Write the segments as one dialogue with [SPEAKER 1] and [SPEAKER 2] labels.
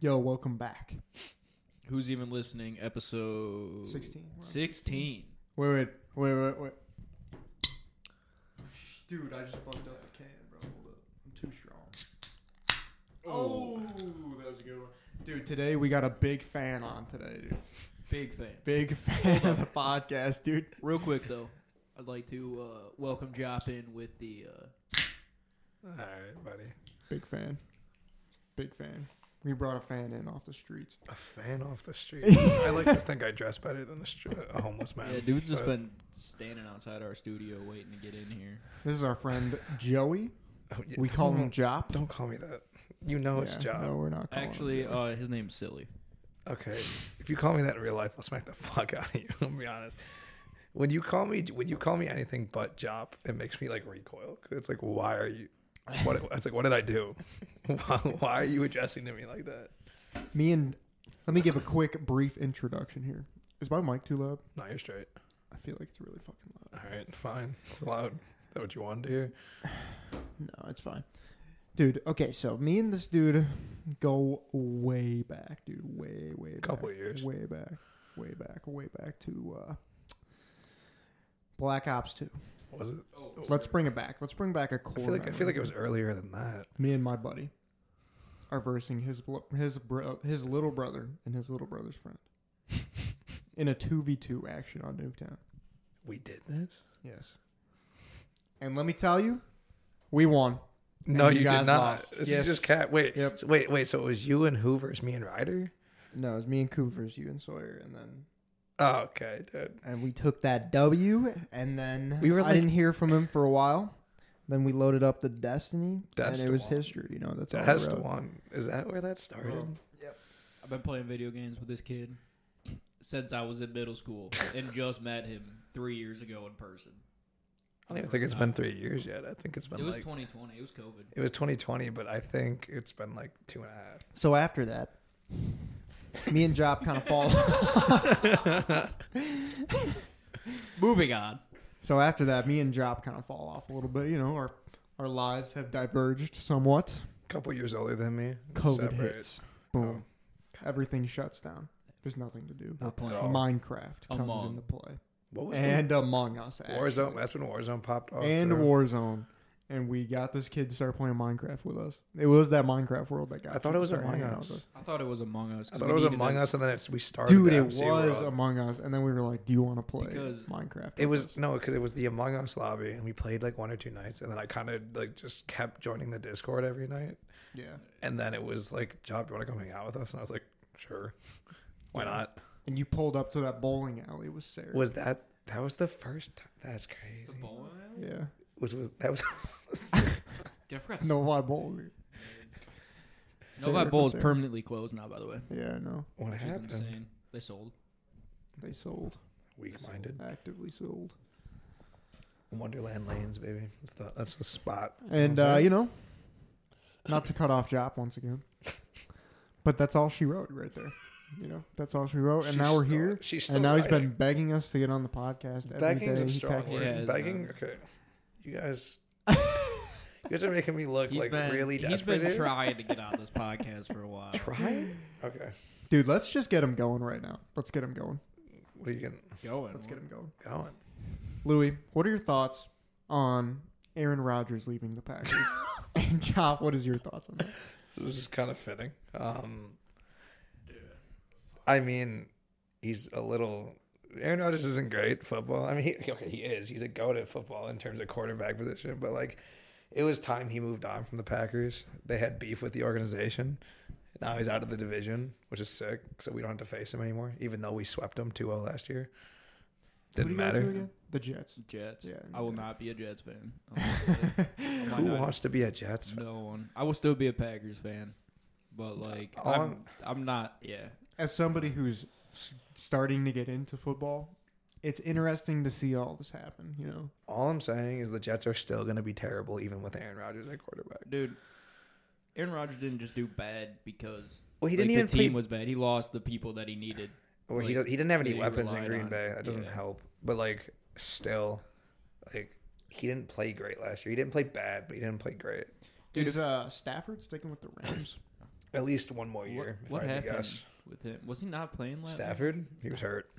[SPEAKER 1] Yo, welcome back.
[SPEAKER 2] Who's even listening? Episode
[SPEAKER 1] 16? We're on
[SPEAKER 2] 16.
[SPEAKER 1] Wait, wait, wait, wait, wait. Dude, I just fucked up the can, bro. Hold up. I'm too strong. Oh, that was a good one. Dude, today we got a big fan on today, dude.
[SPEAKER 2] Big fan.
[SPEAKER 1] Big fan of the podcast, dude.
[SPEAKER 2] Real quick though, I'd like to uh, welcome Jop in with the. Uh,
[SPEAKER 3] All right, buddy.
[SPEAKER 1] Big fan. Big fan. We brought a fan in off the streets.
[SPEAKER 3] A fan off the street. I like to think I dress better than the str- a homeless man.
[SPEAKER 2] yeah, dude's just
[SPEAKER 3] but-
[SPEAKER 2] been standing outside our studio waiting to get in here.
[SPEAKER 1] This is our friend Joey.
[SPEAKER 3] Oh, yeah,
[SPEAKER 1] We call
[SPEAKER 3] don't-
[SPEAKER 1] him Jop.
[SPEAKER 3] Don't call me that. You know it's
[SPEAKER 1] Yeah,
[SPEAKER 3] job.
[SPEAKER 1] No, we're not. Calling him
[SPEAKER 2] Actually,
[SPEAKER 1] Joey.
[SPEAKER 2] uh, his name's Silly.
[SPEAKER 3] Okay. If you call me that in real life, I'll smack the fuck out of you. I'll be honest. When you call me, when you call me anything but Jop, it makes me like recoil. 'Cause It's like, why are you? What? It's like, what did I do? Why, why are you addressing to me like that?
[SPEAKER 1] Me and let me give a quick, brief introduction here. Is my mic too loud?
[SPEAKER 3] No, you're straight.
[SPEAKER 1] I feel like it's really fucking loud.
[SPEAKER 3] All right, fine. It's loud. Is that what you wanted to hear?
[SPEAKER 1] No, it's fine, dude. Okay, so me and this dude go way back, dude. Way, way back.
[SPEAKER 3] Couple of years.
[SPEAKER 1] Way back, way back, way back to uh, Black Ops Two.
[SPEAKER 3] Was it?
[SPEAKER 2] Oh,
[SPEAKER 1] Let's bring it back. Let's bring back a
[SPEAKER 3] I
[SPEAKER 1] core.
[SPEAKER 3] feel like I feel
[SPEAKER 1] memory.
[SPEAKER 3] like it was earlier than that.
[SPEAKER 1] me and my buddy are versing his bl- his bro- his little brother and his little brother's friend in a two v two action on Nuketown.
[SPEAKER 3] We did this.
[SPEAKER 1] Yes. And let me tell you, we won. And
[SPEAKER 3] No,
[SPEAKER 1] you
[SPEAKER 3] you,
[SPEAKER 1] guys
[SPEAKER 3] did not.
[SPEAKER 1] lost.
[SPEAKER 3] This
[SPEAKER 1] Yes.
[SPEAKER 3] is just cat. Wait,
[SPEAKER 1] Yep.
[SPEAKER 3] so- wait, wait. So it was you and Who versus me and Ryder.
[SPEAKER 1] No, it was me and Coopers, you and Sawyer, and then
[SPEAKER 3] Oh, okay, dude.
[SPEAKER 1] and we took that W, and then
[SPEAKER 3] We were
[SPEAKER 1] I
[SPEAKER 3] like-
[SPEAKER 1] didn't hear from him for a while. Then we loaded up the Destiny, and
[SPEAKER 3] Destiny.
[SPEAKER 1] it was history. You know, that's all.
[SPEAKER 3] That's
[SPEAKER 1] I
[SPEAKER 3] the
[SPEAKER 1] wrote.
[SPEAKER 3] one. Is that where that started?
[SPEAKER 2] I've been playing video games with this kid since I was in middle school and just met him three years ago in person.
[SPEAKER 3] I don't even think it's been three years yet. I think it's been
[SPEAKER 2] It was
[SPEAKER 3] like
[SPEAKER 2] 2020. It was COVID.
[SPEAKER 3] it was 2020, but I think it's been like two and a half.
[SPEAKER 1] So after that, me and Job kind of fall.
[SPEAKER 2] Moving on.
[SPEAKER 1] so after that, me and Job kind of fall off a little bit. You know, our our lives have diverged somewhat.
[SPEAKER 3] couple years older than me.
[SPEAKER 1] COVID
[SPEAKER 3] Separate.
[SPEAKER 1] hits. Boom. Everything shuts down. There's nothing to do.
[SPEAKER 2] Not playing.
[SPEAKER 3] at all.
[SPEAKER 1] Minecraft comes
[SPEAKER 2] Among.
[SPEAKER 1] into play.
[SPEAKER 3] What was
[SPEAKER 1] And Among Us.
[SPEAKER 3] the Warzone?
[SPEAKER 1] actually.
[SPEAKER 3] That's when Warzone popped off.
[SPEAKER 1] and
[SPEAKER 3] too.
[SPEAKER 1] Warzone. And we got this kid to start playing Minecraft with us. It was that Minecraft world that got.
[SPEAKER 3] I thought
[SPEAKER 1] you
[SPEAKER 3] it
[SPEAKER 1] to
[SPEAKER 3] was
[SPEAKER 1] start
[SPEAKER 3] Among
[SPEAKER 1] hanging out with
[SPEAKER 3] Us.
[SPEAKER 2] I thought it was Among Us. 'cause
[SPEAKER 3] I
[SPEAKER 2] we
[SPEAKER 3] thought it was
[SPEAKER 2] needed
[SPEAKER 3] Among
[SPEAKER 2] to-
[SPEAKER 3] Us, and then it's we started.
[SPEAKER 1] Dude,
[SPEAKER 3] the
[SPEAKER 1] it was
[SPEAKER 3] MC world.
[SPEAKER 1] Among Us, and then we were like, "Do you want to play
[SPEAKER 2] Because-
[SPEAKER 1] Minecraft?"
[SPEAKER 3] It
[SPEAKER 1] with
[SPEAKER 3] was
[SPEAKER 1] us?"
[SPEAKER 3] no, because it was the Among Us lobby, and we played like one or two nights, and then I kind of like just kept joining the Discord every night,
[SPEAKER 1] yeah,
[SPEAKER 3] and then it was like, "Job, you want to come hang out with us?" And I was like, "Sure, why
[SPEAKER 1] Yeah.
[SPEAKER 3] not?"
[SPEAKER 1] and you pulled up to that bowling alley. It was Sarah.
[SPEAKER 3] Was that that was the first time? That's crazy.
[SPEAKER 2] The bowling alley?
[SPEAKER 1] yeah,
[SPEAKER 3] Was was that was?
[SPEAKER 2] Dude, I forgot
[SPEAKER 1] no, why bowling?
[SPEAKER 2] Novi
[SPEAKER 1] Sarah-
[SPEAKER 2] Bowl is
[SPEAKER 1] Sarah.
[SPEAKER 2] permanently closed now, by the way.
[SPEAKER 1] Yeah, I know.
[SPEAKER 3] what
[SPEAKER 2] Which is
[SPEAKER 3] happened?
[SPEAKER 2] insane. They sold.
[SPEAKER 1] They sold,
[SPEAKER 3] Weak minded.
[SPEAKER 1] actively sold,
[SPEAKER 3] Wonderland Lanes, baby. That's the that's the spot.
[SPEAKER 1] and
[SPEAKER 3] what I'm
[SPEAKER 1] uh,
[SPEAKER 3] saying?
[SPEAKER 1] you know, not to cut off Jop once again, but that's all she wrote right there. You know, that's all she wrote, Oh, and
[SPEAKER 3] She's
[SPEAKER 1] now we're
[SPEAKER 3] still-
[SPEAKER 1] here.
[SPEAKER 3] She's still
[SPEAKER 1] And now he's
[SPEAKER 3] writing.
[SPEAKER 1] been begging us to get on the podcast every day.
[SPEAKER 3] Begging's a
[SPEAKER 1] He
[SPEAKER 3] strong
[SPEAKER 1] texts-
[SPEAKER 3] word.
[SPEAKER 2] Yeah, it's uh,
[SPEAKER 3] Begging.
[SPEAKER 2] not-
[SPEAKER 3] Okay, you guys. you guys are making me look
[SPEAKER 2] He's
[SPEAKER 3] like
[SPEAKER 2] been
[SPEAKER 3] really
[SPEAKER 2] he's
[SPEAKER 3] desperate.
[SPEAKER 2] been
[SPEAKER 3] here.
[SPEAKER 2] trying to get on this podcast for a while.
[SPEAKER 3] Try. Okay.
[SPEAKER 1] Dude, let's just get him going right now. Let's get him going.
[SPEAKER 3] What are you getting
[SPEAKER 2] Going.
[SPEAKER 1] Let's get him going.
[SPEAKER 3] going?
[SPEAKER 1] Louis, what are your thoughts on Aaron Rodgers leaving the Packers? and Chop, what is your thoughts on that?
[SPEAKER 3] This is kind of fitting. Um, I mean, he's a little. Aaron Rodgers isn't great at football. I mean, he, okay, he is. He's a goat at football in terms of quarterback position, but like, it was time he moved on from the Packers. They had beef with the organization. Now he's out of the division, which is sick. So we don't have to face him anymore, even though we swept him 2 0 last year.
[SPEAKER 1] Who do
[SPEAKER 3] Didn't
[SPEAKER 1] you go to
[SPEAKER 3] matter.
[SPEAKER 1] again? The Jets.
[SPEAKER 2] Jets.
[SPEAKER 1] Yeah,
[SPEAKER 2] I will
[SPEAKER 1] yeah.
[SPEAKER 2] not be a Jets fan. I
[SPEAKER 3] Who wants to be a Jets fan?
[SPEAKER 2] No one. I will still be a Packers fan, but like
[SPEAKER 3] All
[SPEAKER 2] I'm, I'm, not. Yeah.
[SPEAKER 1] As somebody who's s- starting to get into football, it's interesting to see all this happen, you know?
[SPEAKER 3] All I'm saying is the Jets are still going to be terrible, even with Aaron Rodgers at quarterback.
[SPEAKER 2] Dude, Aaron Rodgers didn't just do bad because
[SPEAKER 3] Well, he
[SPEAKER 2] like,
[SPEAKER 3] didn't even
[SPEAKER 2] the team
[SPEAKER 3] play Oh,
[SPEAKER 2] was bad. He lost the people that he needed.
[SPEAKER 3] Well, he
[SPEAKER 2] like,
[SPEAKER 3] does, he didn't have
[SPEAKER 2] that
[SPEAKER 3] any
[SPEAKER 2] he
[SPEAKER 3] weapons in
[SPEAKER 2] relied
[SPEAKER 3] Green
[SPEAKER 2] on.
[SPEAKER 3] Bay. That doesn't
[SPEAKER 2] Yeah.
[SPEAKER 3] help. But like, still, like he didn't play great last year. He didn't play bad, but he didn't play great.
[SPEAKER 1] Is uh, Stafford sticking with the Rams?
[SPEAKER 3] At least one more
[SPEAKER 2] What,
[SPEAKER 3] year. if
[SPEAKER 2] what
[SPEAKER 3] I had to
[SPEAKER 2] happened
[SPEAKER 3] guess.
[SPEAKER 2] with him? Was he not playing last? night?
[SPEAKER 3] Stafford, he was hurt.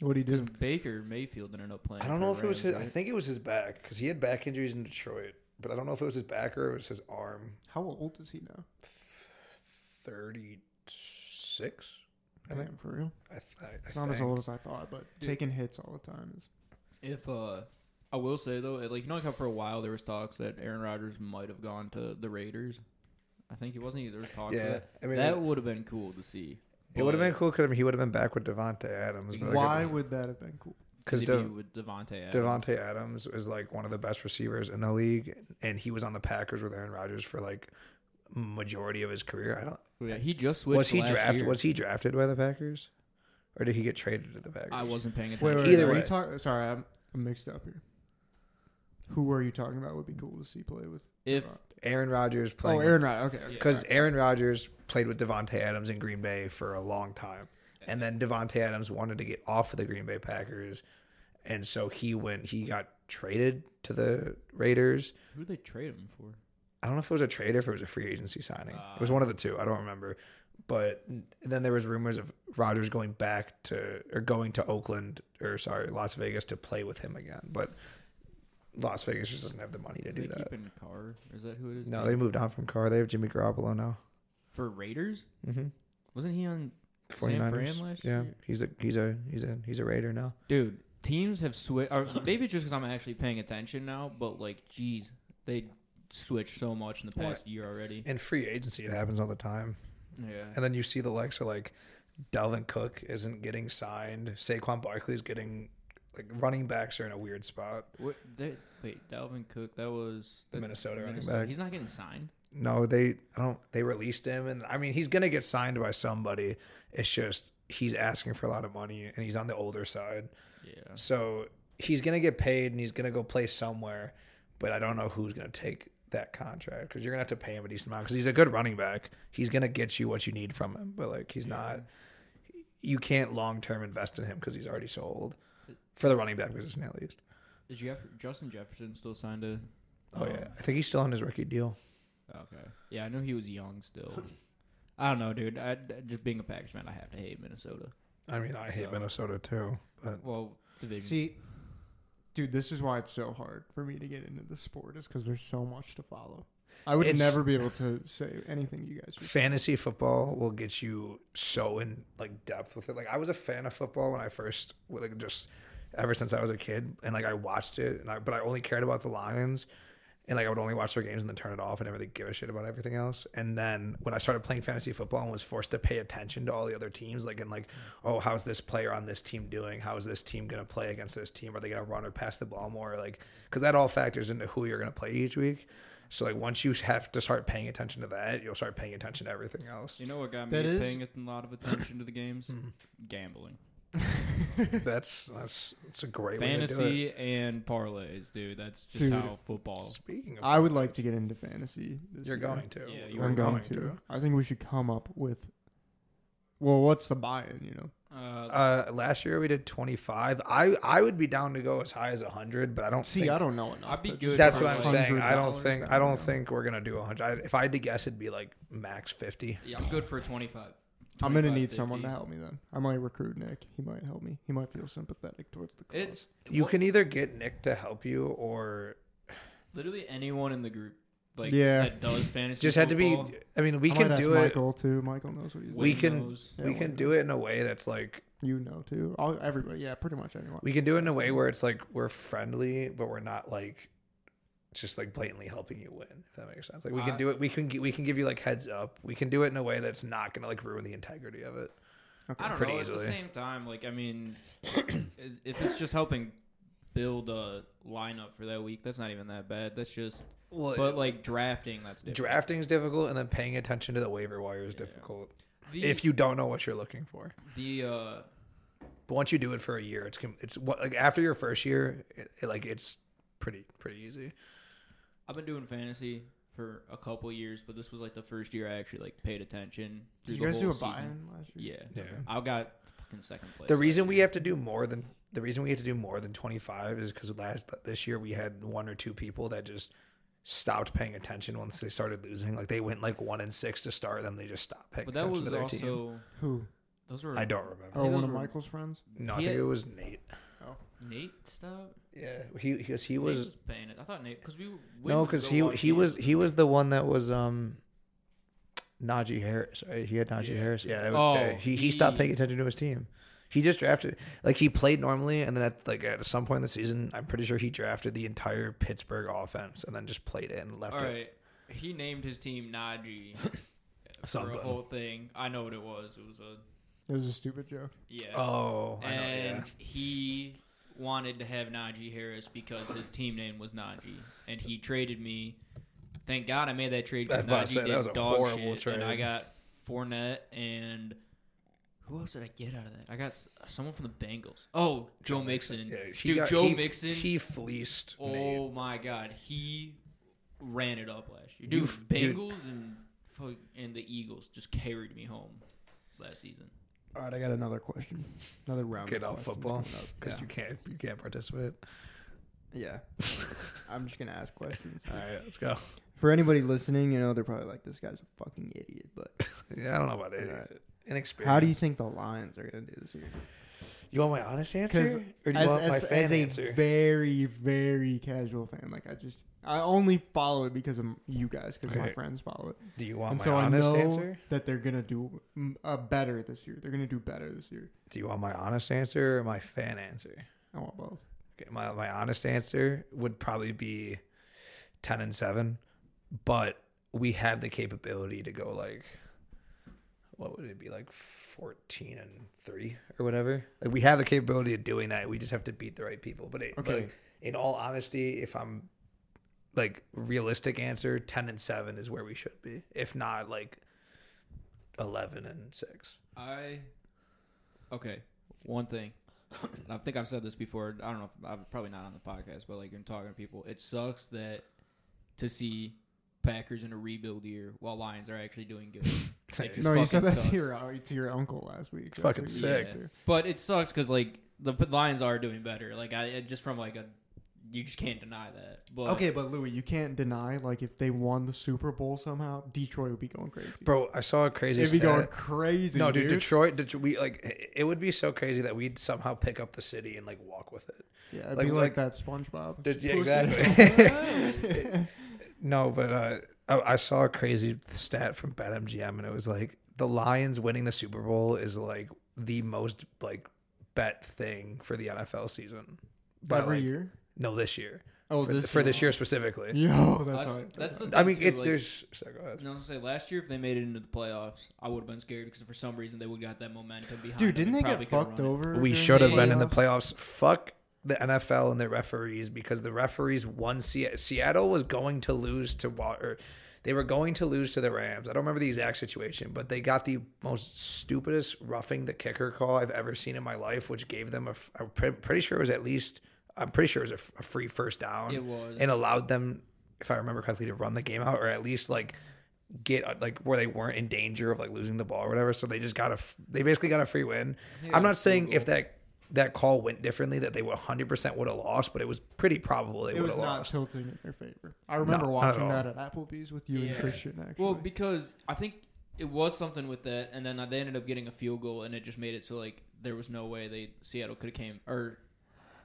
[SPEAKER 1] What do you
[SPEAKER 2] Because
[SPEAKER 1] do?
[SPEAKER 2] Baker Mayfield ended up playing.
[SPEAKER 3] I don't know if
[SPEAKER 2] for
[SPEAKER 3] it was
[SPEAKER 2] Rams,
[SPEAKER 3] his. I
[SPEAKER 2] right?
[SPEAKER 3] think it was his back because he had back injuries in Detroit, but I don't know if it was his back or it was his arm.
[SPEAKER 1] How old is he now?
[SPEAKER 3] Thirty-six. I
[SPEAKER 1] Damn,
[SPEAKER 3] think.
[SPEAKER 1] for real.
[SPEAKER 3] I, th- I, I
[SPEAKER 1] It's not as
[SPEAKER 3] think.
[SPEAKER 1] old as I thought, but
[SPEAKER 2] Dude.
[SPEAKER 1] taking hits all the time is.
[SPEAKER 2] If uh, I will say though, like you know, like how for a while there was talks that Aaron Rodgers might have gone to the Raiders. I think he wasn't. There was talks. of
[SPEAKER 3] Yeah,
[SPEAKER 2] that.
[SPEAKER 3] I mean,
[SPEAKER 2] that would have been cool to see.
[SPEAKER 3] it would have
[SPEAKER 2] but
[SPEAKER 3] been cool because I mean, he would have been back with Devonte Adams.
[SPEAKER 1] Why would that have been cool?
[SPEAKER 3] Because
[SPEAKER 2] maybe with Devontae. Adams.
[SPEAKER 3] Devonte Adams is like one of the best receivers in the league, and he was on the Packers with Aaron Rodgers for like majority of his career. I don't.
[SPEAKER 2] Oh, Yeah, he just switched.
[SPEAKER 3] Was he
[SPEAKER 2] last
[SPEAKER 3] drafted?
[SPEAKER 2] year.
[SPEAKER 3] Was he drafted by the Packers, or did he get traded to the Packers?
[SPEAKER 2] I wasn't paying
[SPEAKER 1] Wait,
[SPEAKER 2] attention.
[SPEAKER 1] wait,
[SPEAKER 3] Either
[SPEAKER 1] wait, are
[SPEAKER 3] way.
[SPEAKER 1] you talk- sorry, I'm, I'm mixed up here. Who are you talking about? Would be cool to see play with.
[SPEAKER 2] If
[SPEAKER 3] Aaron Rodgers
[SPEAKER 1] oh,
[SPEAKER 3] playing.
[SPEAKER 1] Aaron Rodgers. Okay, okay.
[SPEAKER 3] Because Aaron Rodgers played with Devonte Adams in Green Bay for a long time, and then Devonte Adams wanted to get off of the Green Bay Packers, and so he went. He got traded to the Raiders.
[SPEAKER 2] who did they trade him for?
[SPEAKER 3] I don't know if it was a trade or if it was a free agency signing. it
[SPEAKER 2] Ah.
[SPEAKER 3] was one of the two. I don't remember. But then there was rumors of Rodgers going back to or going to Oakland or sorry Las Vegas to play with him again. But Las Vegas just doesn't have the money to
[SPEAKER 2] They
[SPEAKER 3] do that.
[SPEAKER 2] keep in Carr. Is that who it is?
[SPEAKER 3] No, they moved on from Carr. They have Jimmy Garoppolo now.
[SPEAKER 2] for Raiders.
[SPEAKER 3] Mm-hmm.
[SPEAKER 2] Wasn't he on San
[SPEAKER 3] 49ers.
[SPEAKER 2] Fran last
[SPEAKER 3] yeah,
[SPEAKER 2] year?
[SPEAKER 3] he's a he's a he's a he's a Raider now.
[SPEAKER 2] Dude, teams have switched. Maybe it's just because I'm actually paying attention now, but like, geez, they switched so much in the
[SPEAKER 3] Well,
[SPEAKER 2] past year already.
[SPEAKER 3] In free agency, it happens all the time.
[SPEAKER 2] Yeah.
[SPEAKER 3] And then you see the likes of like Dalvin Cook isn't getting signed. Saquon Barkley's getting like running backs are in a weird spot.
[SPEAKER 2] What, they, wait, Dalvin Cook, that was
[SPEAKER 3] The
[SPEAKER 2] that-
[SPEAKER 3] Minnesota running back.
[SPEAKER 2] He's not getting signed.
[SPEAKER 3] No, they I don't they released him and I mean he's gonna get signed by somebody. It's just he's asking for a lot of money and he's on the older side.
[SPEAKER 2] Yeah.
[SPEAKER 3] So he's gonna get paid and he's gonna go play somewhere, but I don't know who's gonna take that contract because you're gonna have to pay him a decent amount because he's a good running back. He's gonna get you what you need from him, but like he's not. You can't long term invest in him because he's already so old for the running back position at least.
[SPEAKER 2] Is Jeff- Justin Jefferson still signed to?
[SPEAKER 3] Oh yeah, I think he's still on his rookie deal.
[SPEAKER 2] Okay. Yeah, I knew he was young still. I don't know, dude. I, just being a Packers fan, I have to hate Minnesota.
[SPEAKER 3] I mean, I hate
[SPEAKER 2] So-
[SPEAKER 3] Minnesota too, but
[SPEAKER 2] Well, division.
[SPEAKER 1] See, dude, this is why it's so hard for me to get into the sport is because there's so much to follow. I would
[SPEAKER 3] It's-
[SPEAKER 1] never be able to say anything you guys. Just,
[SPEAKER 3] fantasy football will get you so in like depth with it. Like I was a fan of football when I first like just ever since I was a kid, and like I watched it, and I, but I only cared about the Lions, and like I would only watch their games and then turn it off and never really give a shit about everything else. And then when I started playing fantasy football and was forced to pay attention to all the other teams, like and like, oh, how's this player on this team doing? How is this team gonna play against this team? Are they gonna run or pass the ball more? Like, because that all factors into who you're gonna play each week. So like once you have to start paying attention to that, you'll start paying attention to everything else.
[SPEAKER 2] you know what got me
[SPEAKER 1] That is-
[SPEAKER 2] paying a lot of attention to the games?
[SPEAKER 1] Hmm.
[SPEAKER 2] Gambling.
[SPEAKER 3] That's that's it's a great way to do it.
[SPEAKER 2] Fantasy and parlays, dude. That's just
[SPEAKER 1] Dude.
[SPEAKER 2] how football.
[SPEAKER 3] Speaking of,
[SPEAKER 1] I would like to get into fantasy. This
[SPEAKER 3] you're
[SPEAKER 1] year.
[SPEAKER 3] going to.
[SPEAKER 2] Yeah, you
[SPEAKER 1] I'm going, to. I think we should come up with. Well, what's the buy-in? You know,
[SPEAKER 2] Uh,
[SPEAKER 3] Uh, last year we did 25. I I would be down to go as high as 100, but I don't
[SPEAKER 1] see,
[SPEAKER 3] think-
[SPEAKER 1] I don't know enough.
[SPEAKER 2] I'd be
[SPEAKER 1] but
[SPEAKER 2] good
[SPEAKER 1] just
[SPEAKER 3] That's
[SPEAKER 1] for
[SPEAKER 3] what I'm
[SPEAKER 1] like
[SPEAKER 3] saying. I don't
[SPEAKER 1] $100,
[SPEAKER 3] think
[SPEAKER 1] that
[SPEAKER 3] I
[SPEAKER 1] would
[SPEAKER 3] don't
[SPEAKER 1] be-
[SPEAKER 3] think we're gonna do 100. I, if I had to guess, it'd be like max 50.
[SPEAKER 2] yeah, I'm good for 25.
[SPEAKER 1] I'm gonna need
[SPEAKER 2] 25,
[SPEAKER 1] someone to
[SPEAKER 2] 50.
[SPEAKER 1] help me then. I might recruit Nick. He might help me. He might feel sympathetic towards the cause.
[SPEAKER 2] It's
[SPEAKER 3] You
[SPEAKER 2] what-
[SPEAKER 3] can either get Nick to help you, or
[SPEAKER 2] literally anyone in the group like
[SPEAKER 1] Yeah.
[SPEAKER 2] that does fantasy.
[SPEAKER 3] just had to be.
[SPEAKER 2] football,
[SPEAKER 3] I mean, we
[SPEAKER 1] I
[SPEAKER 3] can
[SPEAKER 1] might
[SPEAKER 3] do
[SPEAKER 1] ask
[SPEAKER 3] it.
[SPEAKER 1] Michael too. Michael knows what he's.
[SPEAKER 3] We
[SPEAKER 1] doing.
[SPEAKER 2] Wayne
[SPEAKER 3] can-
[SPEAKER 2] knows.
[SPEAKER 1] Yeah,
[SPEAKER 3] we
[SPEAKER 1] why
[SPEAKER 3] can
[SPEAKER 1] not?
[SPEAKER 3] do it in a way that's like
[SPEAKER 1] You know too. All everybody. Yeah, pretty much anyone.
[SPEAKER 3] we can do it in a way where it's like we're friendly, but we're not like just like blatantly helping you win. If that makes sense, like we can
[SPEAKER 2] I-
[SPEAKER 3] do it. We can gi- we can give you like heads up. We can do it in a way that's not gonna like ruin the integrity of it.
[SPEAKER 1] Okay.
[SPEAKER 2] I don't
[SPEAKER 3] pretty
[SPEAKER 2] know. At
[SPEAKER 3] easily.
[SPEAKER 2] the same time, like I mean, is- if it's just helping build a lineup for that week, that's not even that bad. That's just.
[SPEAKER 3] Well,
[SPEAKER 2] But like drafting, that's different.
[SPEAKER 3] drafting is difficult, and then paying attention to the waiver wire is difficult
[SPEAKER 2] the,
[SPEAKER 3] if you don't know what you're looking for.
[SPEAKER 2] the uh,
[SPEAKER 3] But once you do it for a year, it's com- it's what like after your first year, it, it, like it's pretty pretty easy.
[SPEAKER 2] I've been doing fantasy for a couple years, but this was like the first year I actually like paid attention. through
[SPEAKER 1] Did
[SPEAKER 2] the
[SPEAKER 1] you guys do
[SPEAKER 2] whole
[SPEAKER 1] a
[SPEAKER 2] season.
[SPEAKER 1] buy-in last year?
[SPEAKER 2] Yeah, I got fucking second place.
[SPEAKER 3] The reason we have to do more than the reason we have to do more than 25 is because last this year we had one or two people that just stopped paying attention once they started losing. Like they went like one and six to start, then they just stopped paying
[SPEAKER 2] But that
[SPEAKER 3] attention
[SPEAKER 2] was
[SPEAKER 3] to their
[SPEAKER 2] also
[SPEAKER 3] team.
[SPEAKER 1] Who?
[SPEAKER 2] those were
[SPEAKER 3] I don't remember.
[SPEAKER 1] Oh,
[SPEAKER 2] those
[SPEAKER 1] one of
[SPEAKER 2] were-
[SPEAKER 1] Michael's friends.
[SPEAKER 3] No, I
[SPEAKER 2] He
[SPEAKER 3] think
[SPEAKER 2] had-
[SPEAKER 3] it was Nate.
[SPEAKER 2] Nate stuff.
[SPEAKER 3] Yeah, he because he
[SPEAKER 2] Nate was
[SPEAKER 3] was
[SPEAKER 2] paying it. I thought Nate because we we
[SPEAKER 3] no
[SPEAKER 2] would
[SPEAKER 3] because
[SPEAKER 2] go
[SPEAKER 3] he
[SPEAKER 2] watch
[SPEAKER 3] he was
[SPEAKER 2] games.
[SPEAKER 3] he was the one that was um. Najee Harris, right? He had Najee
[SPEAKER 2] Yeah.
[SPEAKER 3] Harris. Yeah, that
[SPEAKER 2] Oh,
[SPEAKER 3] was, uh, he, he stopped
[SPEAKER 2] he-
[SPEAKER 3] paying attention to his team. He just drafted, like he played normally, and then at like at some point in the season, I'm pretty sure he drafted the entire Pittsburgh offense and then just played it and left
[SPEAKER 2] all
[SPEAKER 3] it.
[SPEAKER 2] right. He named his team Najee for a
[SPEAKER 3] Something.
[SPEAKER 2] whole thing. I know what it was. It was a
[SPEAKER 1] It was a stupid joke.
[SPEAKER 2] yeah.
[SPEAKER 3] Oh, I know,
[SPEAKER 2] and
[SPEAKER 3] yeah.
[SPEAKER 2] he wanted to have Najee Harris because his team name was Najee, and he traded me. Thank God I made that trade because
[SPEAKER 3] I was about to
[SPEAKER 2] Najee
[SPEAKER 3] say, that
[SPEAKER 2] did
[SPEAKER 3] was a
[SPEAKER 2] dog
[SPEAKER 3] horrible
[SPEAKER 2] shit,
[SPEAKER 3] trade.
[SPEAKER 2] and I got Fournette and who else did I get out of that? I got someone from the Bengals. Oh, Joe, Mixon.
[SPEAKER 3] Yeah, he
[SPEAKER 2] Dude,
[SPEAKER 3] got-
[SPEAKER 2] Joe
[SPEAKER 3] he,
[SPEAKER 2] Mixon.
[SPEAKER 3] He fleeced
[SPEAKER 2] oh
[SPEAKER 3] Nate.
[SPEAKER 2] my God, he ran it up last year. Dude,
[SPEAKER 3] You f- dude.
[SPEAKER 2] Bengals and fuck- and the Eagles just carried me home last season.
[SPEAKER 1] All right, I got another question. Another round.
[SPEAKER 3] Get
[SPEAKER 1] of
[SPEAKER 3] off
[SPEAKER 1] questions
[SPEAKER 3] football
[SPEAKER 1] coming up.
[SPEAKER 3] because
[SPEAKER 1] Yeah.
[SPEAKER 3] you can't you can't participate.
[SPEAKER 1] Yeah. I'm just gonna ask questions.
[SPEAKER 3] All right, let's go.
[SPEAKER 1] For anybody listening, you know they're probably like, "This guy's a fucking idiot." But
[SPEAKER 3] Yeah, I don't know about it.
[SPEAKER 1] Alright.
[SPEAKER 3] Inexperienced.
[SPEAKER 1] how do you think the Lions are gonna do this year?
[SPEAKER 3] You want my honest
[SPEAKER 1] Because
[SPEAKER 3] answer, or do you
[SPEAKER 1] as,
[SPEAKER 3] want my
[SPEAKER 1] as-
[SPEAKER 3] fan
[SPEAKER 1] as a
[SPEAKER 3] answer?
[SPEAKER 1] very very casual fan, like I just I only follow it because of you guys, because my
[SPEAKER 3] Okay.
[SPEAKER 1] friends follow it,
[SPEAKER 3] do you want
[SPEAKER 1] and
[SPEAKER 3] my
[SPEAKER 1] so I
[SPEAKER 3] honest
[SPEAKER 1] know
[SPEAKER 3] answer?
[SPEAKER 1] that they're gonna do mm, uh, better this year. They're gonna do better this year.
[SPEAKER 3] Do you want my honest answer or my fan answer?
[SPEAKER 1] I want both.
[SPEAKER 3] Okay, my my honest answer would probably be ten and seven, but we have the capability to go like what would it be like fourteen and three or whatever. Like we have the capability of doing that. We just have to beat the right people. But it,
[SPEAKER 1] Okay.
[SPEAKER 3] like in all honesty, if I'm like realistic answer, ten and seven is where we should be. If not, like eleven and six.
[SPEAKER 2] I okay. One thing, and I think I've said this before. I don't know. If, I'm probably not on the podcast, but like in talking to people, it sucks that to see Packers in a rebuild year while Lions are actually doing good. It just
[SPEAKER 1] no, you said
[SPEAKER 2] fucking
[SPEAKER 1] that
[SPEAKER 2] sucks.
[SPEAKER 1] to your uh, to your uncle last week. It's
[SPEAKER 3] fucking
[SPEAKER 2] Yeah.
[SPEAKER 3] sick.
[SPEAKER 2] But it sucks because like the P- Lions are doing better. Like I it just from like a you just can't deny that. But
[SPEAKER 1] Okay, but Louis, you can't deny like if they won the Super Bowl somehow, Detroit would be going crazy.
[SPEAKER 3] Bro, I saw a crazy.
[SPEAKER 1] It'd be
[SPEAKER 3] stat.
[SPEAKER 1] going crazy.
[SPEAKER 3] No, dude, Detroit, Detroit. We like it would be so crazy that we'd somehow pick up the city and like walk with it.
[SPEAKER 1] Yeah, it'd
[SPEAKER 3] like-
[SPEAKER 1] be like,
[SPEAKER 3] like-
[SPEAKER 1] that SpongeBob.
[SPEAKER 3] Did- yeah,
[SPEAKER 1] Push
[SPEAKER 3] exactly.
[SPEAKER 1] yourself.
[SPEAKER 3] No, but uh, I, I saw a crazy stat from BetMGM, and it was like the Lions winning the Super Bowl is like the most like bet thing for the NFL season. By,
[SPEAKER 1] Every
[SPEAKER 3] like-
[SPEAKER 1] year.
[SPEAKER 3] No, this year.
[SPEAKER 1] Oh,
[SPEAKER 3] for,
[SPEAKER 1] this
[SPEAKER 3] for
[SPEAKER 1] year.
[SPEAKER 3] this year specifically.
[SPEAKER 1] Yo, that's
[SPEAKER 2] that's,
[SPEAKER 1] hard.
[SPEAKER 2] that's the
[SPEAKER 1] hard.
[SPEAKER 2] thing
[SPEAKER 3] I mean,
[SPEAKER 2] too,
[SPEAKER 3] it,
[SPEAKER 2] like,
[SPEAKER 3] there's. Sorry, go ahead.
[SPEAKER 2] And I was gonna say last year if they made it into the playoffs, I would have been scared because for some reason they would got that momentum behind.
[SPEAKER 1] dude.
[SPEAKER 2] them
[SPEAKER 1] Didn't they
[SPEAKER 2] and
[SPEAKER 1] get
[SPEAKER 2] probably coulda
[SPEAKER 1] fucked
[SPEAKER 2] run it.
[SPEAKER 1] over?
[SPEAKER 3] We
[SPEAKER 1] during
[SPEAKER 3] should have been in the
[SPEAKER 1] playoffs?
[SPEAKER 3] playoffs. Fuck the NFL and their referees because the referees won. Se- Seattle was going to lose to Wa- or They were going to lose to the Rams. I don't remember the exact situation, but they got the most stupidest roughing the kicker call I've ever seen in my life, which gave them a. f- I'm pre- pretty sure it was at least. I'm pretty sure it was a, f- a free first down.
[SPEAKER 2] It was.
[SPEAKER 3] and allowed them, if I remember correctly, to run the game out or at least like get uh, like where they weren't in danger of like losing the ball or whatever. So they just got a. f- They basically got a free win. I'm not saying if that that call went differently that they 100 percent would have lost, but it was pretty probable they
[SPEAKER 1] It
[SPEAKER 3] would
[SPEAKER 1] was
[SPEAKER 3] have
[SPEAKER 1] not
[SPEAKER 3] lost.
[SPEAKER 1] tilting in their favor. I remember
[SPEAKER 3] not at
[SPEAKER 1] watching
[SPEAKER 3] all.
[SPEAKER 1] that at Applebee's with you and
[SPEAKER 2] Yeah.
[SPEAKER 1] Christian. Actually,
[SPEAKER 2] Well, because I think it was something with that, and then they ended up getting a field goal, and it just made it so like there was no way they Seattle could have came or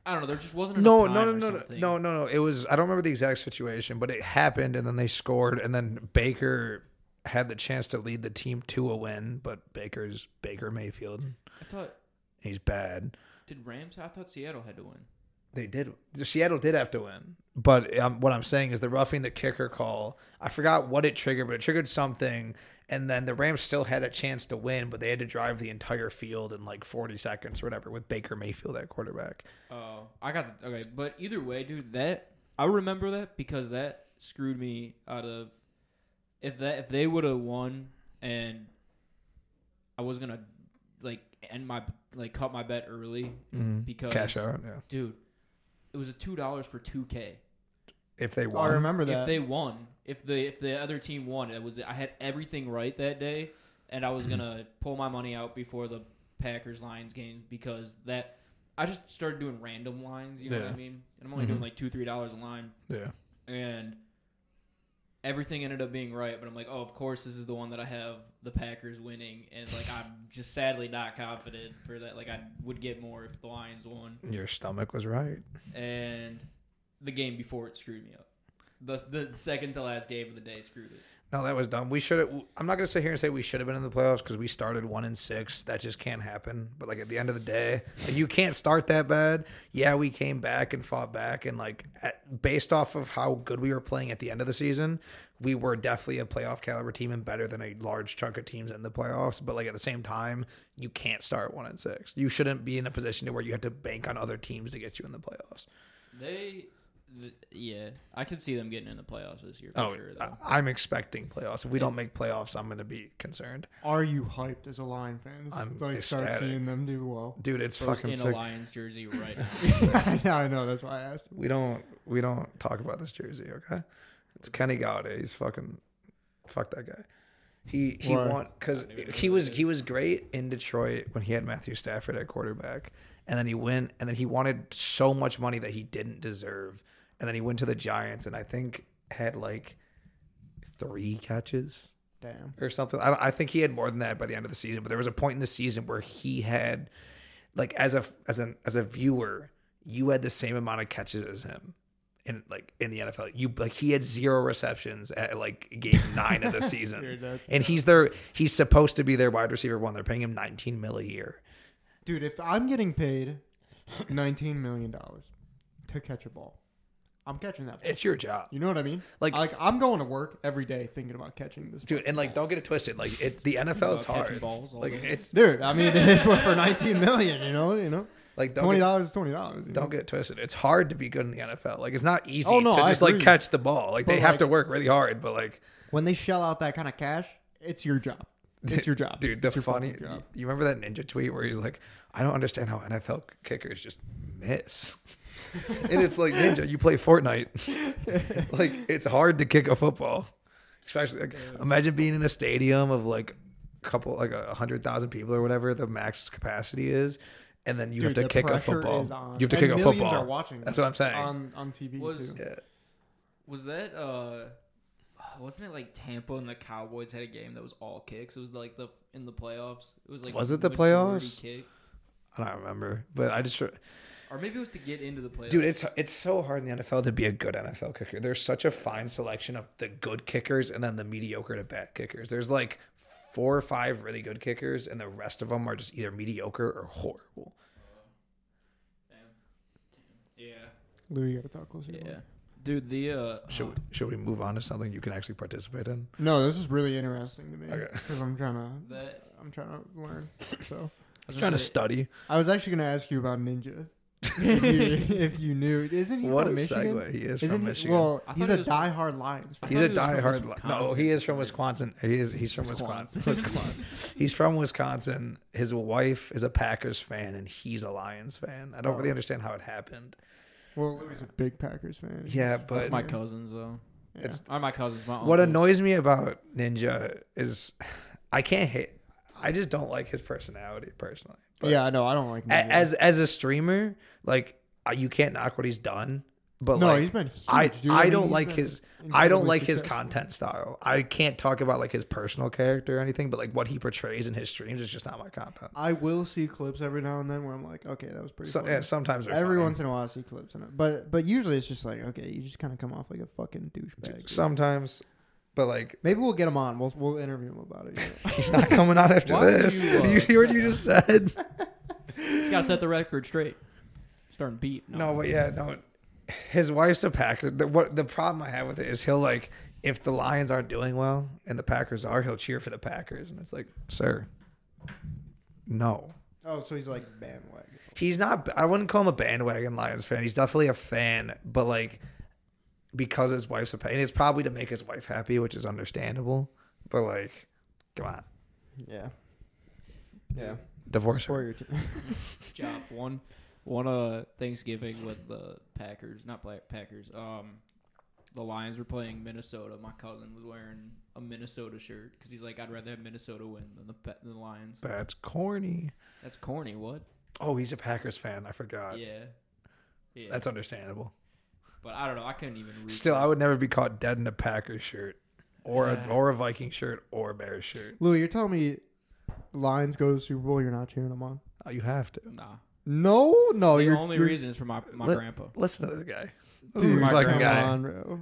[SPEAKER 2] I don't know. There just wasn't enough
[SPEAKER 3] No,
[SPEAKER 2] time
[SPEAKER 3] no, no,
[SPEAKER 2] or
[SPEAKER 3] no, no,
[SPEAKER 2] something.
[SPEAKER 3] no, no, no. It was I don't remember the exact situation, but it happened, and then they scored, and then Baker had the chance to lead the team to a win, but Baker's Baker Mayfield, and
[SPEAKER 2] I thought
[SPEAKER 3] he's bad.
[SPEAKER 2] did Rams? I thought Seattle had to win.
[SPEAKER 3] They did. Seattle did have to win, but um, what I'm saying is the roughing the kicker call. I forgot what it triggered, but it triggered something, and then the Rams still had a chance to win, but they had to drive the entire field in like 40 seconds or whatever with Baker Mayfield at quarterback.
[SPEAKER 2] Oh, I got the, okay. But either way, dude, that I remember that because that screwed me out of if that if they would have won and I was gonna like end my like cut my bet early because
[SPEAKER 3] Cash out. Yeah.
[SPEAKER 2] dude, it was a two dollars for two k.
[SPEAKER 3] If they
[SPEAKER 1] Oh, I
[SPEAKER 3] won,
[SPEAKER 1] remember that.
[SPEAKER 2] If they won, if the if the other team won, it was I had everything right that day, and I was gonna pull my money out before the Packers Lions game because that I just started doing random lines. You know what I
[SPEAKER 3] Yeah.
[SPEAKER 2] mean? And I'm only doing like two three dollars a line,
[SPEAKER 3] yeah.
[SPEAKER 2] and everything ended up being right, but I'm like, oh, of course, this is the one that I have the Packers winning, and like I'm just sadly not confident for that. Like I would get more if the Lions won,
[SPEAKER 3] Your stomach was right.
[SPEAKER 2] and the game before it screwed me up. The the second to last game of the day screwed it.
[SPEAKER 3] No, that was dumb. We should have. I'm not gonna sit here and say we should have been in the playoffs because we started one and six. That just can't happen. But like at the end of the day, like, you can't start that bad. Yeah, we came back and fought back, and like at, based off of how good we were playing at the end of the season, we were definitely a playoff caliber team and better than a large chunk of teams in the playoffs. But like at the same time, you can't start one and six. You shouldn't be in a position to where you have to bank on other teams to get you in the playoffs.
[SPEAKER 2] They, th- yeah, I could see them getting in the playoffs this year for
[SPEAKER 3] Oh,
[SPEAKER 2] sure. Though.
[SPEAKER 3] I, I'm expecting playoffs. If we don't make playoffs, I'm gonna be concerned.
[SPEAKER 1] Are you hyped as a Lion fan? This-
[SPEAKER 3] I'm
[SPEAKER 1] like start
[SPEAKER 3] ecstatic.
[SPEAKER 1] seeing them do well.
[SPEAKER 3] Dude, it's
[SPEAKER 2] Bro's
[SPEAKER 3] fucking
[SPEAKER 2] in
[SPEAKER 3] sick.
[SPEAKER 2] a Lions jersey right now.
[SPEAKER 1] yeah, I know. That's why I asked.
[SPEAKER 3] We don't we don't talk about this jersey, okay? It's Kenny Galladay. He's fucking fuck that guy. He he
[SPEAKER 1] Why?
[SPEAKER 3] won because he was he was great in Detroit when he had Matthew Stafford at quarterback, and then he went and then he wanted so much money that he didn't deserve, and then he went to the Giants and I think had like three catches
[SPEAKER 1] Damn.
[SPEAKER 3] or something. I, don't- I think he had more than that by the end of the season, but there was a point in the season where he had, like, as a as an as a viewer, you had the same amount of catches as him, in like in the NFL. You like he had zero receptions at like game nine of the season,
[SPEAKER 1] Dude, that's-
[SPEAKER 3] and he's their he's supposed to be their wide receiver one. They're paying him nineteen mil a year.
[SPEAKER 1] Dude, if I'm getting paid $19 million to catch a ball, I'm catching that ball.
[SPEAKER 3] It's your job.
[SPEAKER 1] You know what I mean?
[SPEAKER 3] Like-
[SPEAKER 1] like I'm going to work every day thinking about catching this.
[SPEAKER 3] Dude, and like, don't get it twisted. Like, it, the NFL is
[SPEAKER 2] About catching
[SPEAKER 3] hard.
[SPEAKER 2] balls all
[SPEAKER 3] like,
[SPEAKER 2] day.
[SPEAKER 3] it's
[SPEAKER 1] Dude, I mean, it's what for 19 million, you know, you know.
[SPEAKER 3] like don't
[SPEAKER 1] Twenty
[SPEAKER 3] get-
[SPEAKER 1] dollars, twenty dollars.
[SPEAKER 3] don't get it twisted. It's hard to be good in the NFL. Like it's not easy
[SPEAKER 1] Oh, no,
[SPEAKER 3] to
[SPEAKER 1] I
[SPEAKER 3] just like
[SPEAKER 1] agree.
[SPEAKER 3] catch the ball. Like
[SPEAKER 1] But,
[SPEAKER 3] they have
[SPEAKER 1] like-
[SPEAKER 3] to work really hard, but like
[SPEAKER 1] When they shell out that kind of cash, it's your job. It's your job,
[SPEAKER 3] dude, the
[SPEAKER 1] It's your
[SPEAKER 3] funny
[SPEAKER 1] fucking job.
[SPEAKER 3] you remember that ninja tweet where he's like, I don't understand how NFL kickers just miss. and it's like ninja, you play Fortnite. like it's hard to kick a football. Especially like imagine being in a stadium of like a couple like a hundred thousand people or whatever the max capacity is. And then you
[SPEAKER 1] Dude,
[SPEAKER 3] have
[SPEAKER 1] the
[SPEAKER 3] to kick a
[SPEAKER 1] pressure
[SPEAKER 3] football.
[SPEAKER 1] is on.
[SPEAKER 3] You have to
[SPEAKER 1] And
[SPEAKER 3] kick a
[SPEAKER 1] millions
[SPEAKER 3] football.
[SPEAKER 1] Are watching
[SPEAKER 3] That's what I'm saying.
[SPEAKER 1] on on TV
[SPEAKER 2] Was-
[SPEAKER 1] too.
[SPEAKER 3] yeah.
[SPEAKER 2] Was that uh wasn't it like Tampa and the Cowboys had a game that was all kicks? It was like the in the playoffs. It was like
[SPEAKER 3] Was it the
[SPEAKER 2] majority
[SPEAKER 3] playoffs?
[SPEAKER 2] kick.
[SPEAKER 3] I don't remember, but I just
[SPEAKER 2] Or maybe it was to get into the playoffs.
[SPEAKER 3] Dude, it's it's so hard in the NFL to be a good NFL kicker. There's such a fine selection of the good kickers and then the mediocre to bad kickers. There's like four or five really good kickers, and the rest of them are just either mediocre or horrible.
[SPEAKER 2] Damn. Damn.
[SPEAKER 1] Lou, you got to talk closer. to
[SPEAKER 2] Yeah.
[SPEAKER 1] the
[SPEAKER 2] Yeah.
[SPEAKER 1] mic.
[SPEAKER 2] Dude, the uh
[SPEAKER 3] Should we, should we move on to something you can actually participate in?
[SPEAKER 1] No, this is really interesting to me
[SPEAKER 3] Okay.
[SPEAKER 1] because I'm trying to
[SPEAKER 2] that
[SPEAKER 1] I'm trying to learn. So
[SPEAKER 2] I was
[SPEAKER 3] trying
[SPEAKER 2] gonna
[SPEAKER 3] to
[SPEAKER 2] say-
[SPEAKER 3] study.
[SPEAKER 1] I was actually going to ask you about Ninja. if, you, if you knew, isn't he
[SPEAKER 3] What a
[SPEAKER 1] from Michigan?
[SPEAKER 3] segue. He is
[SPEAKER 1] Isn't
[SPEAKER 3] from
[SPEAKER 1] he?
[SPEAKER 3] Michigan.
[SPEAKER 1] Well,
[SPEAKER 2] I
[SPEAKER 1] he's
[SPEAKER 2] thought
[SPEAKER 1] a
[SPEAKER 2] he was from-
[SPEAKER 1] diehard Lions fan.
[SPEAKER 2] I
[SPEAKER 3] he's
[SPEAKER 2] thought
[SPEAKER 3] a
[SPEAKER 2] he was from
[SPEAKER 3] diehard. li- No, he
[SPEAKER 2] Wisconsin.
[SPEAKER 3] is from Wisconsin. He is. He's from Wisconsin. Wisconsin. he's from Wisconsin. His wife is a Packers fan, and he's a Lions fan. I don't really understand how it happened.
[SPEAKER 1] Well, Lou is a big Packers fan.
[SPEAKER 3] Yeah, but
[SPEAKER 2] That's my cousins though.
[SPEAKER 1] Yeah.
[SPEAKER 3] it's
[SPEAKER 2] Or my cousins, my
[SPEAKER 3] What
[SPEAKER 2] uncles.
[SPEAKER 3] annoys me about Ninja is I can't hate. I just don't like his personality personally. But
[SPEAKER 1] yeah, I know. I don't like
[SPEAKER 3] a-
[SPEAKER 1] Ninja.
[SPEAKER 3] as as a streamer, like uh, you can't knock what he's done. But
[SPEAKER 1] no,
[SPEAKER 3] like,
[SPEAKER 1] he's been huge.
[SPEAKER 3] I
[SPEAKER 1] dude.
[SPEAKER 3] I
[SPEAKER 1] mean,
[SPEAKER 3] don't
[SPEAKER 1] he's
[SPEAKER 3] like
[SPEAKER 1] been
[SPEAKER 3] his I don't
[SPEAKER 1] incredibly
[SPEAKER 3] like his
[SPEAKER 1] successful.
[SPEAKER 3] content style. I can't talk about like his personal character or anything, but like what he portrays in his streams is just not my content.
[SPEAKER 1] I will see clips every now and then where I'm like, okay, that was pretty.
[SPEAKER 3] So,
[SPEAKER 1] funny.
[SPEAKER 3] yeah, sometimes they're
[SPEAKER 1] every
[SPEAKER 3] funny.
[SPEAKER 1] once in a while I see clips, in it. but but usually it's just like, okay, you just kind of come off like a fucking douchebag. dude.
[SPEAKER 3] sometimes, but like
[SPEAKER 1] Maybe we'll get him on. We'll we'll interview him about it. you know?
[SPEAKER 3] he's not coming out after
[SPEAKER 2] Why do
[SPEAKER 3] this.
[SPEAKER 2] you,
[SPEAKER 3] Do you
[SPEAKER 2] uh,
[SPEAKER 3] hear what you just said?
[SPEAKER 2] gotta set the record straight. Starting beat. No.
[SPEAKER 3] No, but yeah, no. His wife's a Packer. The, what the problem I have with it is he'll like if the Lions aren't doing well and the Packers are, he'll cheer for the Packers, and it's like, sir, no.
[SPEAKER 1] oh, so he's like bandwagon.
[SPEAKER 3] He's not. I wouldn't call him a bandwagon Lions fan. He's definitely a fan, but like because his wife's a Packer, and it's probably to make his wife happy, which is understandable. But like, come on,
[SPEAKER 1] Yeah. Yeah.
[SPEAKER 3] divorce her.
[SPEAKER 1] Support your team.
[SPEAKER 2] job. One one uh Thanksgiving with the Packers, not Black Packers. Um, the Lions were playing Minnesota. My cousin was wearing a Minnesota shirt because he's like, I'd rather have Minnesota win than the Pa- than the Lions.
[SPEAKER 3] That's corny.
[SPEAKER 2] That's corny. What?
[SPEAKER 3] Oh, he's a Packers fan. I forgot.
[SPEAKER 2] Yeah. Yeah.
[SPEAKER 3] That's understandable.
[SPEAKER 2] But I don't know. I couldn't even. Root
[SPEAKER 3] Still,
[SPEAKER 2] for
[SPEAKER 3] I would never be caught dead in a Packers shirt, or
[SPEAKER 2] Yeah.
[SPEAKER 3] a or a Viking shirt, or a Bears shirt.
[SPEAKER 1] Louis, you're telling me Lions go to the Super Bowl, you're not cheering them on?
[SPEAKER 3] Oh, you have to
[SPEAKER 2] it. nah.
[SPEAKER 1] No, no, Oh,
[SPEAKER 2] the
[SPEAKER 1] you're
[SPEAKER 2] only
[SPEAKER 1] you're,
[SPEAKER 2] reason is for my my
[SPEAKER 3] Let-
[SPEAKER 2] grandpa.
[SPEAKER 3] listen to this guy. This
[SPEAKER 1] Dude,
[SPEAKER 3] is
[SPEAKER 1] my
[SPEAKER 3] fucking
[SPEAKER 1] grandma
[SPEAKER 3] guy,
[SPEAKER 1] on, bro.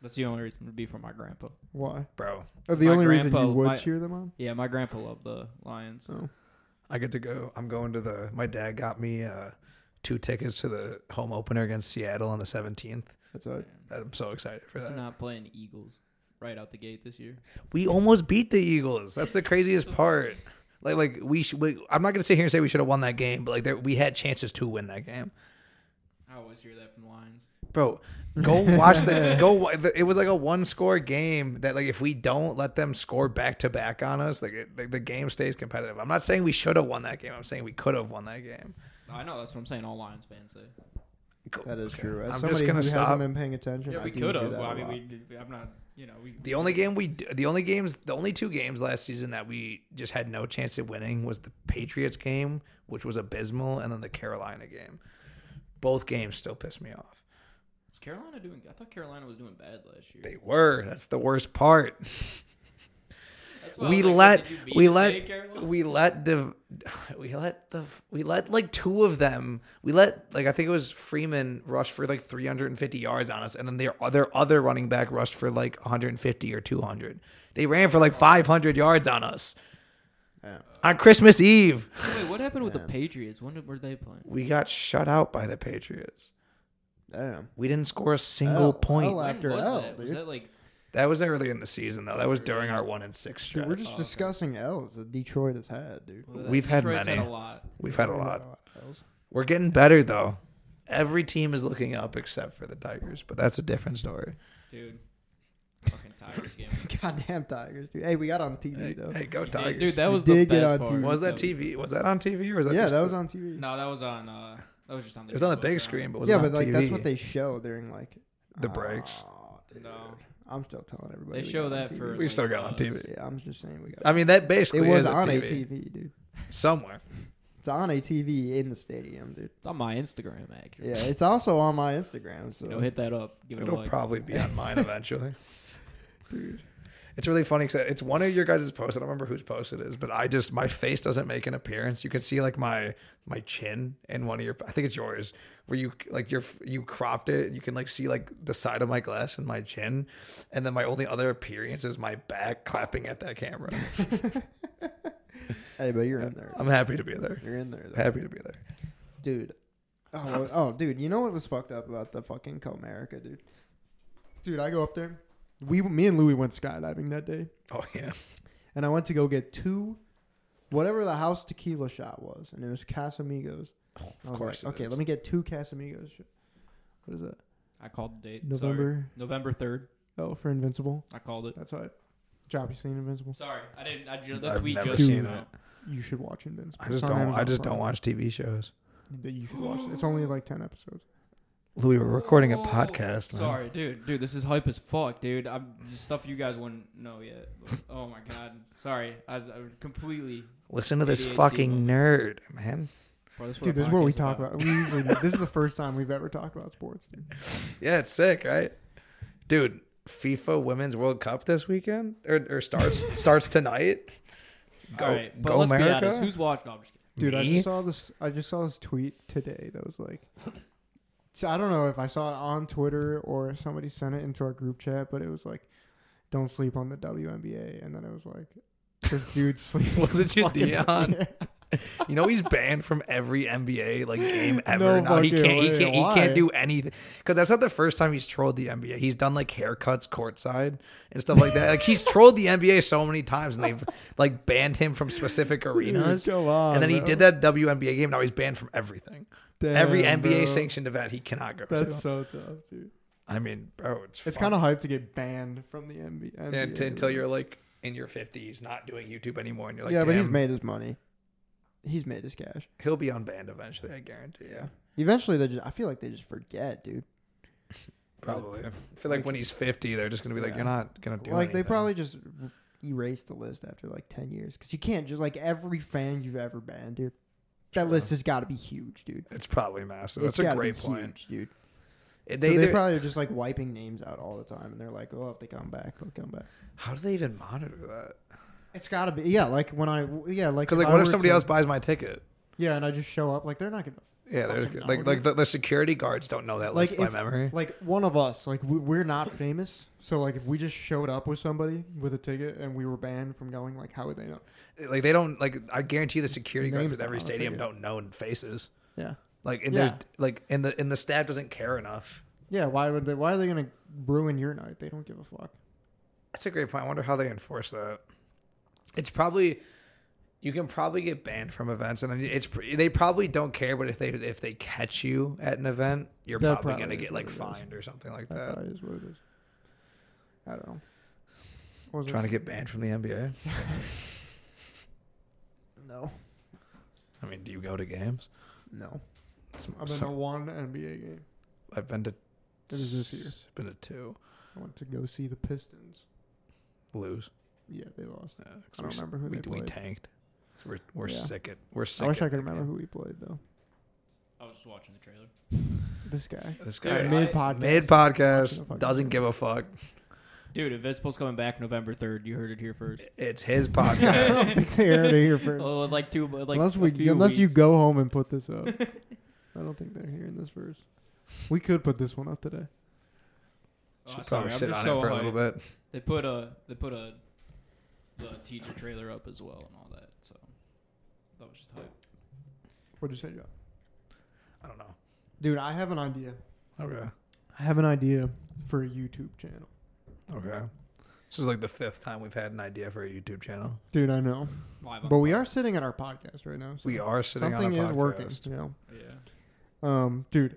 [SPEAKER 2] That's the only reason would be for my grandpa.
[SPEAKER 1] Why?
[SPEAKER 3] bro.
[SPEAKER 1] Or Oh, the
[SPEAKER 2] My
[SPEAKER 1] only reason
[SPEAKER 2] grandpa-
[SPEAKER 1] you would
[SPEAKER 2] my-
[SPEAKER 1] cheer them on?
[SPEAKER 2] Yeah, my grandpa loved the Lions.
[SPEAKER 1] Oh.
[SPEAKER 3] I get to go. I'm going to the. My dad got me uh, two tickets to the home opener against Seattle on the 17th.
[SPEAKER 1] That's right.
[SPEAKER 3] I'm so excited for
[SPEAKER 2] He's
[SPEAKER 3] that.
[SPEAKER 2] not playing Eagles right out the gate this year.
[SPEAKER 3] We almost beat the Eagles. That's the craziest part. Like, like we, sh- we I'm not gonna sit here and say we should have won that game, but like there, we had chances to win that game,
[SPEAKER 2] I always hear that from Lions.
[SPEAKER 3] bro. Go watch the go. wa- the- It was like a one score game that like if we don't let them score back to back on us, like, it, like the game stays competitive. I'm not saying we should have won that game. I'm saying we could have won that game.
[SPEAKER 2] I know that's what I'm saying. All Lions fans say.
[SPEAKER 3] Go-
[SPEAKER 1] That is
[SPEAKER 3] okay.
[SPEAKER 1] true. As
[SPEAKER 3] I'm
[SPEAKER 1] somebody
[SPEAKER 3] just gonna
[SPEAKER 1] who
[SPEAKER 3] stop.
[SPEAKER 1] hasn't been paying attention, I do do that a lot.
[SPEAKER 2] we, I'm not. You know, we.
[SPEAKER 3] The only game we, d- the only games, the only two games last season that we just had no chance of winning was the Patriots game, which was abysmal, and then the Carolina game. Both games still piss me off.
[SPEAKER 2] Was Carolina doing? I thought Carolina was doing bad last year.
[SPEAKER 3] They were. That's the worst part.
[SPEAKER 2] That's why I
[SPEAKER 3] We
[SPEAKER 2] was like,
[SPEAKER 3] let,
[SPEAKER 2] did you beat
[SPEAKER 3] we
[SPEAKER 2] the
[SPEAKER 3] let,
[SPEAKER 2] state, Carolina?
[SPEAKER 3] we let, div- we let the, we let like two of them. We let like I think it was Freeman rush for like 350 yards on us, and then their other other running back rushed for like 150 or 200. They ran for like 500 yards on us.
[SPEAKER 1] Yeah.
[SPEAKER 3] on Christmas Eve.
[SPEAKER 2] Wait, what happened with the Patriots? When did, were they playing?
[SPEAKER 3] We got shut out by the Patriots.
[SPEAKER 1] Damn.
[SPEAKER 3] We didn't score a single
[SPEAKER 1] L-
[SPEAKER 3] point.
[SPEAKER 1] L- After
[SPEAKER 2] when was
[SPEAKER 1] L,
[SPEAKER 2] that? Was
[SPEAKER 1] dude.
[SPEAKER 2] that like?
[SPEAKER 3] That was early in the season, though. That was during our one and six
[SPEAKER 1] Dude,
[SPEAKER 3] stretch.
[SPEAKER 1] we're just
[SPEAKER 2] Oh, okay.
[SPEAKER 1] discussing L's that Detroit has had, dude.
[SPEAKER 2] well,
[SPEAKER 3] We've had
[SPEAKER 2] uh, Detroit's
[SPEAKER 3] many.
[SPEAKER 2] a lot.
[SPEAKER 3] We've had a lot.
[SPEAKER 1] L's.
[SPEAKER 3] We're getting better, though. Every team is looking up except for the Tigers, but that's a different story.
[SPEAKER 2] dude. Fucking Tigers game.
[SPEAKER 1] Goddamn Tigers, dude. Hey, we got on
[SPEAKER 3] Hey,
[SPEAKER 1] TV though.
[SPEAKER 3] hey, go
[SPEAKER 2] Yeah,
[SPEAKER 3] Tigers!
[SPEAKER 2] dude, that
[SPEAKER 1] We
[SPEAKER 2] was the
[SPEAKER 1] did get
[SPEAKER 2] best
[SPEAKER 1] on
[SPEAKER 2] part.
[SPEAKER 1] TV.
[SPEAKER 3] was that TV? Was that on TV or was that?
[SPEAKER 1] yeah,
[SPEAKER 3] just
[SPEAKER 1] that
[SPEAKER 3] the-
[SPEAKER 1] was on TV.
[SPEAKER 2] No, that was on. Uh, that was just on the.
[SPEAKER 3] It was on the
[SPEAKER 2] Debo
[SPEAKER 3] big
[SPEAKER 2] Brown.
[SPEAKER 3] screen, but was
[SPEAKER 1] yeah,
[SPEAKER 3] it
[SPEAKER 1] but
[SPEAKER 3] on
[SPEAKER 1] like
[SPEAKER 3] TV?
[SPEAKER 1] that's what they show during like
[SPEAKER 3] The breaks.
[SPEAKER 1] Aw, dude.
[SPEAKER 2] No.
[SPEAKER 1] I'm still telling everybody.
[SPEAKER 2] They
[SPEAKER 1] we
[SPEAKER 2] show
[SPEAKER 1] got on
[SPEAKER 2] that
[SPEAKER 1] TV.
[SPEAKER 2] for.
[SPEAKER 3] We still
[SPEAKER 2] like,
[SPEAKER 3] got on
[SPEAKER 2] us.
[SPEAKER 3] TV.
[SPEAKER 1] Yeah, I'm just saying we got.
[SPEAKER 3] I mean, that
[SPEAKER 1] it
[SPEAKER 3] basically
[SPEAKER 1] was
[SPEAKER 3] is
[SPEAKER 1] on
[SPEAKER 3] a
[SPEAKER 1] a
[SPEAKER 3] TV.
[SPEAKER 1] TV, dude.
[SPEAKER 3] somewhere.
[SPEAKER 1] It's on a TV in the stadium, dude.
[SPEAKER 2] It's on my Instagram actually.
[SPEAKER 1] Yeah, it's also on my Instagram. So
[SPEAKER 2] You know, hit that up. Give it a
[SPEAKER 3] It'll
[SPEAKER 2] like.
[SPEAKER 3] probably be on mine eventually.
[SPEAKER 1] Dude.
[SPEAKER 3] It's really funny because it's one of your guys' posts. I don't remember whose post it is, but I just my face doesn't make an appearance. You can see like my my chin in one of your. I think it's yours, where you like your you cropped it. And you can like see like the side of my glass and my chin, and then my only other appearance is my back clapping at that camera.
[SPEAKER 1] hey, but you're in there.
[SPEAKER 3] I'm happy to be there.
[SPEAKER 1] You're in there, though.
[SPEAKER 3] Happy to be there.
[SPEAKER 1] dude. Oh, well- oh, dude. You know what was fucked up about the fucking Comerica, dude? Dude, I go up there. We, me and Louie went skydiving that day,
[SPEAKER 3] Oh yeah,
[SPEAKER 1] and I went to go get two, whatever the house tequila shot was, and it was Casamigos. I
[SPEAKER 3] of
[SPEAKER 1] was
[SPEAKER 3] course.
[SPEAKER 1] like, okay, let me get two Casamigos. sh- What is that?
[SPEAKER 2] I called the date. Sorry.
[SPEAKER 1] November.
[SPEAKER 2] November third.
[SPEAKER 1] Oh, for Invincible.
[SPEAKER 2] I called it.
[SPEAKER 1] That's right. Job you seen Invincible?
[SPEAKER 2] Sorry, I didn't. I just, the
[SPEAKER 3] I've
[SPEAKER 2] tweet
[SPEAKER 3] never
[SPEAKER 2] just
[SPEAKER 1] seen
[SPEAKER 2] came
[SPEAKER 3] it.
[SPEAKER 2] out.
[SPEAKER 1] You should watch Invincible.
[SPEAKER 3] I
[SPEAKER 1] It's
[SPEAKER 3] just
[SPEAKER 1] on
[SPEAKER 3] don't. I
[SPEAKER 1] Amazon
[SPEAKER 3] just don't
[SPEAKER 1] Prime.
[SPEAKER 3] watch TV shows.
[SPEAKER 1] That you should watch. It's only like ten episodes.
[SPEAKER 3] Louis, we're recording a
[SPEAKER 2] Whoa.
[SPEAKER 3] podcast. Man.
[SPEAKER 2] Oh, Sorry, dude. Dude, this is hype as fuck, dude. I'm just stuff you guys wouldn't know yet. But, oh my god. Sorry, I, I completely.
[SPEAKER 3] Listen to this
[SPEAKER 2] ADHD
[SPEAKER 3] fucking nerd, man.
[SPEAKER 2] Bro, this is
[SPEAKER 1] Dude,
[SPEAKER 2] our
[SPEAKER 1] this is what we
[SPEAKER 2] podcast
[SPEAKER 1] talk about. We usually, this is the first time we've ever talked about sports. Dude.
[SPEAKER 3] Yeah, it's sick, right? Dude, FIFA Women's World Cup this weekend or, or starts starts tonight. Go,
[SPEAKER 2] All right, but
[SPEAKER 3] go
[SPEAKER 2] let's be
[SPEAKER 3] America.
[SPEAKER 2] honest. Who's watching? No, I'm just kidding.
[SPEAKER 1] Dude, I
[SPEAKER 3] Me?
[SPEAKER 1] just saw this. I just saw this tweet today that was like, so I don't know if I saw it on Twitter or somebody sent it into our group chat, but it was like, "Don't sleep on the WNBA," and then it was like, "This dude sleep."
[SPEAKER 3] Was it your Dion?
[SPEAKER 1] Yeah.
[SPEAKER 3] you know he's banned from every NBA like game
[SPEAKER 1] No
[SPEAKER 3] ever. now he
[SPEAKER 1] fucking
[SPEAKER 3] can't. He
[SPEAKER 1] way.
[SPEAKER 3] can't.
[SPEAKER 1] Why?
[SPEAKER 3] He can't do anything because that's not the first time he's trolled the NBA. He's done like haircuts courtside and stuff like that. like he's trolled the NBA so many times, and they've like banned him from specific arenas.
[SPEAKER 1] come on,
[SPEAKER 3] and then he
[SPEAKER 1] bro.
[SPEAKER 3] did that WNBA game. Now he's banned from everything. every
[SPEAKER 1] Damn,
[SPEAKER 3] NBA
[SPEAKER 1] bro.
[SPEAKER 3] sanctioned event he cannot go
[SPEAKER 1] That's
[SPEAKER 3] to.
[SPEAKER 1] so tough, dude.
[SPEAKER 3] I mean, bro, it's
[SPEAKER 1] It's
[SPEAKER 3] fucking-
[SPEAKER 1] kind of hype to get banned from the NBA.
[SPEAKER 3] Yeah, t-
[SPEAKER 1] bro.
[SPEAKER 3] until you're like in your 50s, not doing YouTube anymore, and you're like,
[SPEAKER 1] yeah, but he's
[SPEAKER 3] "Damn,
[SPEAKER 1] made his money. He's made his cash.
[SPEAKER 3] he'll be unbanned eventually. I guarantee. Yeah,
[SPEAKER 1] Eventually, they just. I feel like they just forget, dude.
[SPEAKER 3] probably. I feel like when he's 50, they're just gonna be like,
[SPEAKER 1] Yeah.
[SPEAKER 3] you're not gonna do
[SPEAKER 1] like they
[SPEAKER 3] anything."
[SPEAKER 1] probably just erased the list after like 10 years because you can't just like every fan you've ever banned dude that list has got to be huge dude
[SPEAKER 3] It's probably massive.
[SPEAKER 1] It's
[SPEAKER 3] That's a
[SPEAKER 1] gotta
[SPEAKER 3] great
[SPEAKER 1] be
[SPEAKER 3] point.
[SPEAKER 1] huge dude
[SPEAKER 3] They,
[SPEAKER 1] They, so they
[SPEAKER 3] either-
[SPEAKER 1] probably are just like wiping names out all the time, and they're like, "Well, if they come back, they'll come back."
[SPEAKER 3] how do they even monitor that?
[SPEAKER 1] It's gotta be yeah. Like when I yeah like
[SPEAKER 3] Because like,
[SPEAKER 1] I
[SPEAKER 3] what if
[SPEAKER 1] were
[SPEAKER 3] somebody
[SPEAKER 1] to-
[SPEAKER 3] else buys my ticket?
[SPEAKER 1] yeah, and I just show up like they're not gonna
[SPEAKER 3] Yeah, there's
[SPEAKER 1] Fucking no,
[SPEAKER 3] like like
[SPEAKER 1] dude.
[SPEAKER 3] the, the security guards don't know that
[SPEAKER 1] Like,
[SPEAKER 3] list by
[SPEAKER 1] if-
[SPEAKER 3] memory.
[SPEAKER 1] like one of us like we, we're not famous, so like if we just showed up with somebody with a ticket and we were banned from going, like how would they know?
[SPEAKER 3] Like they don't like. I guarantee the security guards
[SPEAKER 1] Names
[SPEAKER 3] at
[SPEAKER 1] don't
[SPEAKER 3] every
[SPEAKER 1] know the
[SPEAKER 3] stadium
[SPEAKER 1] ticket.
[SPEAKER 3] don't know faces.
[SPEAKER 1] Yeah,
[SPEAKER 3] Like and
[SPEAKER 1] Yeah.
[SPEAKER 3] there's like and the and the staff doesn't care enough.
[SPEAKER 1] yeah. Why would they? Why are they gonna ruin your night? They don't give a fuck.
[SPEAKER 3] That's a great point. I wonder how they enforce that. It's probably you can probably get banned from events, and then it's they probably don't care. But if they if they catch you at an event, you're
[SPEAKER 1] That
[SPEAKER 3] probably,
[SPEAKER 1] probably
[SPEAKER 3] gonna
[SPEAKER 1] is
[SPEAKER 3] get
[SPEAKER 1] what
[SPEAKER 3] like
[SPEAKER 1] it is.
[SPEAKER 3] fined or something like
[SPEAKER 1] That
[SPEAKER 3] that.
[SPEAKER 1] probably is what it is. I don't know. What was I
[SPEAKER 3] Trying to
[SPEAKER 1] saying?
[SPEAKER 3] get banned from the NBA.
[SPEAKER 1] no,
[SPEAKER 3] I mean, do you go to games?
[SPEAKER 1] no.
[SPEAKER 3] It's-
[SPEAKER 1] I've been
[SPEAKER 3] so-
[SPEAKER 1] to one NBA game.
[SPEAKER 3] I've been to.
[SPEAKER 1] It was this year.
[SPEAKER 3] Been to two.
[SPEAKER 1] I went to go see the Pistons.
[SPEAKER 3] Lose.
[SPEAKER 1] Yeah, they lost.
[SPEAKER 3] Uh, 'cause
[SPEAKER 1] I
[SPEAKER 3] we're
[SPEAKER 1] don't
[SPEAKER 3] s-
[SPEAKER 1] remember who
[SPEAKER 3] we,
[SPEAKER 1] they
[SPEAKER 3] we
[SPEAKER 1] played.
[SPEAKER 3] tanked. So we're we're
[SPEAKER 1] Yeah.
[SPEAKER 3] sick at we're sick.
[SPEAKER 1] I wish
[SPEAKER 3] at
[SPEAKER 1] I could
[SPEAKER 3] that
[SPEAKER 1] remember
[SPEAKER 3] game.
[SPEAKER 1] who we played though.
[SPEAKER 2] I was just watching the trailer.
[SPEAKER 1] This guy.
[SPEAKER 3] This
[SPEAKER 2] Dude,
[SPEAKER 3] guy
[SPEAKER 2] I-
[SPEAKER 1] Mid podcast. Watching
[SPEAKER 3] mid
[SPEAKER 1] the
[SPEAKER 3] podcast
[SPEAKER 1] fucking
[SPEAKER 3] doesn't
[SPEAKER 1] game.
[SPEAKER 3] give a fuck.
[SPEAKER 2] Dude, Invincible's coming back November 3rd. You heard it here first.
[SPEAKER 3] It's his
[SPEAKER 1] I
[SPEAKER 3] podcast.
[SPEAKER 1] don't think they heard it here first.
[SPEAKER 2] Oh, like two, like
[SPEAKER 1] unless
[SPEAKER 2] a
[SPEAKER 1] we,
[SPEAKER 2] few
[SPEAKER 1] unless you
[SPEAKER 2] weeks.
[SPEAKER 1] go home and put this up. I don't think they're hearing this first. We could put this one up today.
[SPEAKER 2] Oh,
[SPEAKER 3] Should
[SPEAKER 2] sorry,
[SPEAKER 3] probably
[SPEAKER 2] I'm
[SPEAKER 3] sit
[SPEAKER 2] just
[SPEAKER 3] on
[SPEAKER 2] so
[SPEAKER 3] it for a
[SPEAKER 2] hyped.
[SPEAKER 3] little bit.
[SPEAKER 2] They put a they put a the teaser trailer up as well and all that. So that was just hype.
[SPEAKER 1] What'd you say, Joe?
[SPEAKER 3] I don't know.
[SPEAKER 1] Dude, I have an idea.
[SPEAKER 3] Okay.
[SPEAKER 1] I have an idea for a YouTube channel.
[SPEAKER 3] Okay. This is like the fifth time we've had an idea for a YouTube channel.
[SPEAKER 1] Dude, I know,
[SPEAKER 2] Live on
[SPEAKER 1] but we
[SPEAKER 2] pod.
[SPEAKER 1] are sitting at our podcast right now. So
[SPEAKER 3] We are sitting
[SPEAKER 1] something
[SPEAKER 3] on a
[SPEAKER 1] is working.
[SPEAKER 3] podcast.
[SPEAKER 1] You know.
[SPEAKER 2] Yeah.
[SPEAKER 1] um, dude,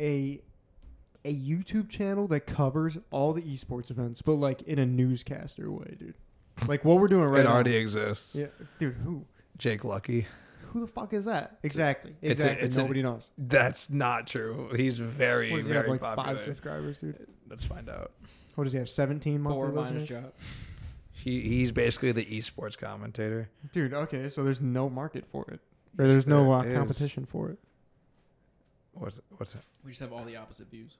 [SPEAKER 1] a a YouTube channel that covers all the esports events, but like in a newscaster way, dude. Like what we're doing right
[SPEAKER 3] it
[SPEAKER 1] now.
[SPEAKER 3] already exists.
[SPEAKER 1] Yeah, dude, who
[SPEAKER 3] Jake Lucky.
[SPEAKER 1] who the fuck is that? Exactly,
[SPEAKER 3] it's a-
[SPEAKER 1] exactly.
[SPEAKER 3] it's a-
[SPEAKER 1] Nobody knows.
[SPEAKER 3] That's not true. He's very,
[SPEAKER 1] What does he
[SPEAKER 3] very
[SPEAKER 1] have? Like
[SPEAKER 3] popular.
[SPEAKER 1] five subscribers, dude.
[SPEAKER 3] Let's find out.
[SPEAKER 1] What does he have? Seventeen
[SPEAKER 2] Four
[SPEAKER 1] monthly
[SPEAKER 2] minus
[SPEAKER 1] listeners.
[SPEAKER 2] job.
[SPEAKER 3] He he's basically the esports commentator.
[SPEAKER 1] Dude, okay, so there's no market for it, or
[SPEAKER 3] Yes,
[SPEAKER 1] there's no
[SPEAKER 3] there
[SPEAKER 1] uh,
[SPEAKER 3] is.
[SPEAKER 1] competition for it.
[SPEAKER 3] What's what's it?
[SPEAKER 2] We just have all the opposite views.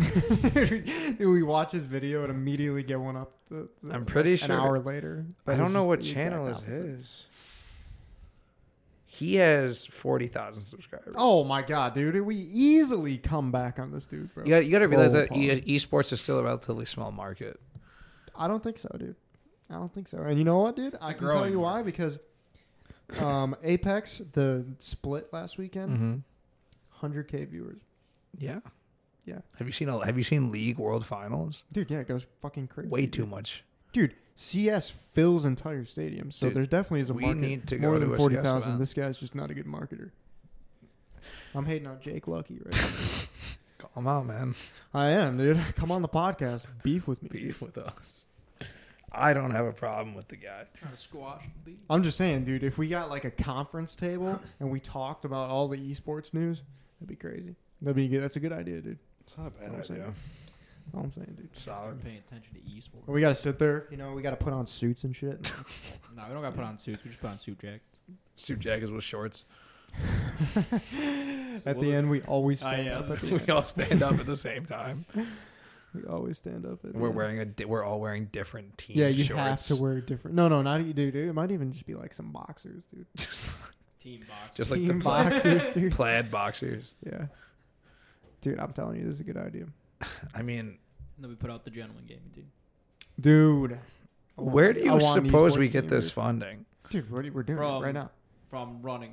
[SPEAKER 1] dude, we watch his video and immediately get one up. The, the-
[SPEAKER 3] I'm pretty
[SPEAKER 1] an
[SPEAKER 3] sure.
[SPEAKER 1] hour later.
[SPEAKER 3] I
[SPEAKER 1] that
[SPEAKER 3] don't
[SPEAKER 1] is
[SPEAKER 3] know
[SPEAKER 1] just
[SPEAKER 3] what
[SPEAKER 1] the exact
[SPEAKER 3] channel is
[SPEAKER 1] opposite.
[SPEAKER 3] his. He has forty thousand subscribers.
[SPEAKER 1] Oh my god, dude! We easily come back on this dude, bro.
[SPEAKER 3] You got you got to realize
[SPEAKER 1] Oh,
[SPEAKER 3] that
[SPEAKER 1] Paul.
[SPEAKER 3] e- esports is still a relatively small market.
[SPEAKER 1] I don't think so, dude. I don't think so. And you know what, dude? I
[SPEAKER 2] a
[SPEAKER 1] can tell
[SPEAKER 2] growing
[SPEAKER 1] you why because um, Apex the split last weekend,
[SPEAKER 3] Mm-hmm.
[SPEAKER 1] 100k viewers,
[SPEAKER 3] Yeah.
[SPEAKER 1] Yeah.
[SPEAKER 3] Have you seen a, Have you seen League World Finals?
[SPEAKER 1] dude. Yeah, it goes fucking crazy.
[SPEAKER 3] Way
[SPEAKER 1] dude.
[SPEAKER 3] too much.
[SPEAKER 1] dude. CS fills entire stadiums, so
[SPEAKER 3] Dude,
[SPEAKER 1] there definitely is a
[SPEAKER 3] we
[SPEAKER 1] market.
[SPEAKER 3] need to
[SPEAKER 1] More
[SPEAKER 3] go
[SPEAKER 1] than
[SPEAKER 3] to a CS
[SPEAKER 1] forty thousand.
[SPEAKER 3] event.
[SPEAKER 1] This guy's just not a good marketer. I'm hating on Jake Lucky right now.
[SPEAKER 3] Call him out, man.
[SPEAKER 1] I am, dude. Come on the podcast, beef with me.
[SPEAKER 3] Beef with us. I don't have a problem with the guy.
[SPEAKER 2] Trying to squash the beat.
[SPEAKER 1] I'm just saying, dude, if we got like a conference table and we talked about all the esports news, that'd be crazy. That'd be good. That's a good idea, dude.
[SPEAKER 3] It's not a bad
[SPEAKER 1] That's what I'm
[SPEAKER 3] idea.
[SPEAKER 1] That's all I'm saying, dude.
[SPEAKER 3] Solid.
[SPEAKER 2] paying attention to esports.
[SPEAKER 1] We gotta sit there, you know. We gotta put on suits and shit.
[SPEAKER 2] No, we don't got to put on suits. We just put on suit jackets.
[SPEAKER 3] Suit jackets with shorts.
[SPEAKER 1] at
[SPEAKER 2] what-
[SPEAKER 1] the end, we always
[SPEAKER 2] Ah,
[SPEAKER 1] stand
[SPEAKER 2] yeah.
[SPEAKER 1] up. At the
[SPEAKER 3] we
[SPEAKER 1] end.
[SPEAKER 3] all stand up at the same time.
[SPEAKER 1] We always stand up. At the
[SPEAKER 3] We're
[SPEAKER 1] end.
[SPEAKER 3] wearing a. di- We're all wearing different team.
[SPEAKER 1] Yeah, you
[SPEAKER 3] shorts.
[SPEAKER 1] have to wear different. No, no, not you, dude. It might even just be like some boxers, dude.
[SPEAKER 2] Team box.
[SPEAKER 3] Just like
[SPEAKER 1] Team
[SPEAKER 3] the plaid,
[SPEAKER 1] boxers, dude.
[SPEAKER 3] plaid boxers.
[SPEAKER 1] Yeah, dude. I'm telling you, this is a good idea,
[SPEAKER 3] I mean,
[SPEAKER 2] and then we put out the gentleman gaming team.
[SPEAKER 1] dude. I want-
[SPEAKER 3] where do
[SPEAKER 1] I
[SPEAKER 3] you
[SPEAKER 1] want an
[SPEAKER 3] suppose we
[SPEAKER 1] esports
[SPEAKER 3] get
[SPEAKER 1] team,
[SPEAKER 3] this
[SPEAKER 1] dude.
[SPEAKER 3] funding?
[SPEAKER 1] Dude, what are, we're doing it
[SPEAKER 2] From-
[SPEAKER 1] right now.
[SPEAKER 2] From running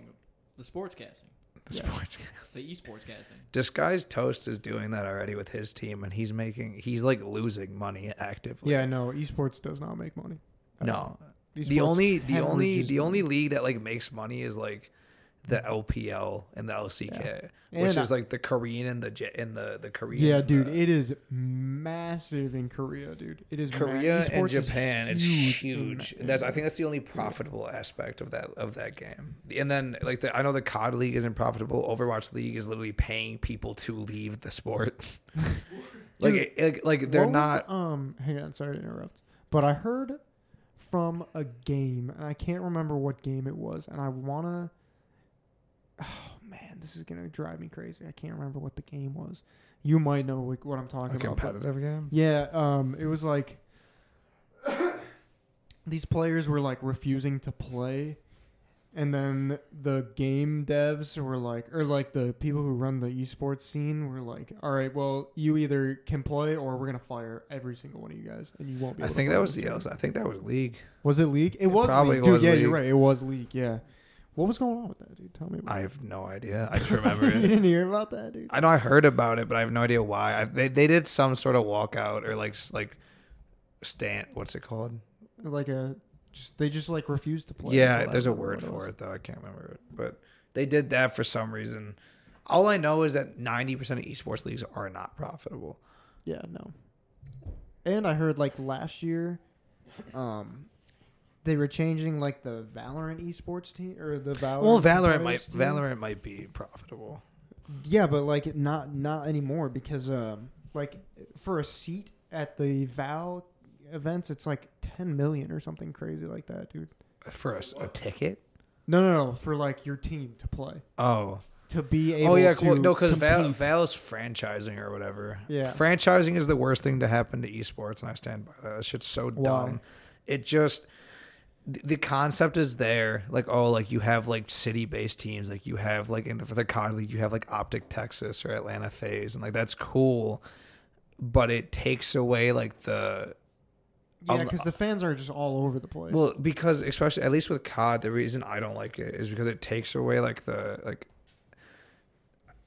[SPEAKER 2] the sports casting,
[SPEAKER 3] The
[SPEAKER 1] Yeah.
[SPEAKER 3] sports.
[SPEAKER 2] the esports casting.
[SPEAKER 3] Disguised Toast is doing that already with his team, and he's making he's like losing money actively.
[SPEAKER 1] Yeah, no, esports does not make money. at all.
[SPEAKER 3] No. The
[SPEAKER 1] Esports
[SPEAKER 3] only the only
[SPEAKER 1] hemorrhages
[SPEAKER 3] the only
[SPEAKER 1] money.
[SPEAKER 3] league that like makes money is like the LPL and the LCK, which
[SPEAKER 1] And
[SPEAKER 3] is
[SPEAKER 1] I-
[SPEAKER 3] like the Korean and the J- and the the Korean. uh,
[SPEAKER 1] Yeah,
[SPEAKER 3] and
[SPEAKER 1] dude,
[SPEAKER 3] the-
[SPEAKER 1] it is massive in Korea, dude. It is ma-
[SPEAKER 3] Korea and
[SPEAKER 1] esports is
[SPEAKER 3] Japan, it's
[SPEAKER 1] in-
[SPEAKER 3] huge.
[SPEAKER 1] in-
[SPEAKER 3] That's I think that's the only profitable aspect of that of that game. And then like the, I know the COD League isn't profitable. Overwatch League is literally paying people to leave the sport. like,
[SPEAKER 1] Dude,
[SPEAKER 3] it- like like they're
[SPEAKER 1] What was-
[SPEAKER 3] not.
[SPEAKER 1] um, hang on, sorry to interrupt, but I heard from a game, and I can't remember what game it was, and I wanna. Oh man, this is gonna drive me crazy. I can't remember what the game was. You might know like, what I'm talking
[SPEAKER 3] A
[SPEAKER 1] about. but-
[SPEAKER 3] competitive game.
[SPEAKER 1] yeah, um, it was like these players were like refusing to play, and then the game devs were like, or like the people who run the esports scene were like, "All right, well, you either can play or we're gonna fire every single one of you guys, and you won't be."
[SPEAKER 3] I
[SPEAKER 1] Able
[SPEAKER 3] think
[SPEAKER 1] to play
[SPEAKER 3] that was
[SPEAKER 1] this game."
[SPEAKER 3] the I think that was league.
[SPEAKER 1] Was it leak? It, was
[SPEAKER 3] probably
[SPEAKER 1] leak. dude.
[SPEAKER 3] was
[SPEAKER 1] yeah, you're
[SPEAKER 3] leak.
[SPEAKER 1] right. It was leak. Yeah. What was going on with that, dude? Tell me. About
[SPEAKER 3] I
[SPEAKER 1] it.
[SPEAKER 3] have no idea. I just remember
[SPEAKER 1] you
[SPEAKER 3] it.
[SPEAKER 1] didn't hear about that, dude.
[SPEAKER 3] I know I heard about it, but I have no idea why. I, they they did some sort of walkout or like s- like stand. What's it called?
[SPEAKER 1] Like a, just they just like refused to play.
[SPEAKER 3] yeah, there's a word for it though. I can't remember it, but they did that for some reason. All I know is that 90% of esports leagues are not profitable.
[SPEAKER 1] Yeah, no. And I heard like last year, um, they were changing like the Valorant esports team or the Valorant.
[SPEAKER 3] Well, Valorant might
[SPEAKER 1] competitors team.
[SPEAKER 3] Valorant might be profitable.
[SPEAKER 1] Yeah, but like not not anymore because um, like for a seat at the Val events, it's like ten million or something crazy like that, dude.
[SPEAKER 3] For a, s- a ticket?
[SPEAKER 1] No, no, no, for like your team to play
[SPEAKER 3] Oh.
[SPEAKER 1] to be able.
[SPEAKER 3] Oh yeah,
[SPEAKER 1] to
[SPEAKER 3] well, no, because Val,
[SPEAKER 1] compete.
[SPEAKER 3] Val's franchising or whatever.
[SPEAKER 1] Yeah.
[SPEAKER 3] franchising is the worst thing to happen to esports, and I stand by that. That shit's so
[SPEAKER 1] Why?
[SPEAKER 3] dumb. It just th- the concept is there, like oh, like you have like city-based teams, like you have like in the, for the COD League, you have like Optic Texas or Atlanta Phase, and like that's cool, but it takes away like the
[SPEAKER 1] yeah, because the fans are just all over the place.
[SPEAKER 3] well, because especially at least with COD, the reason I don't like it is because it takes away like the like.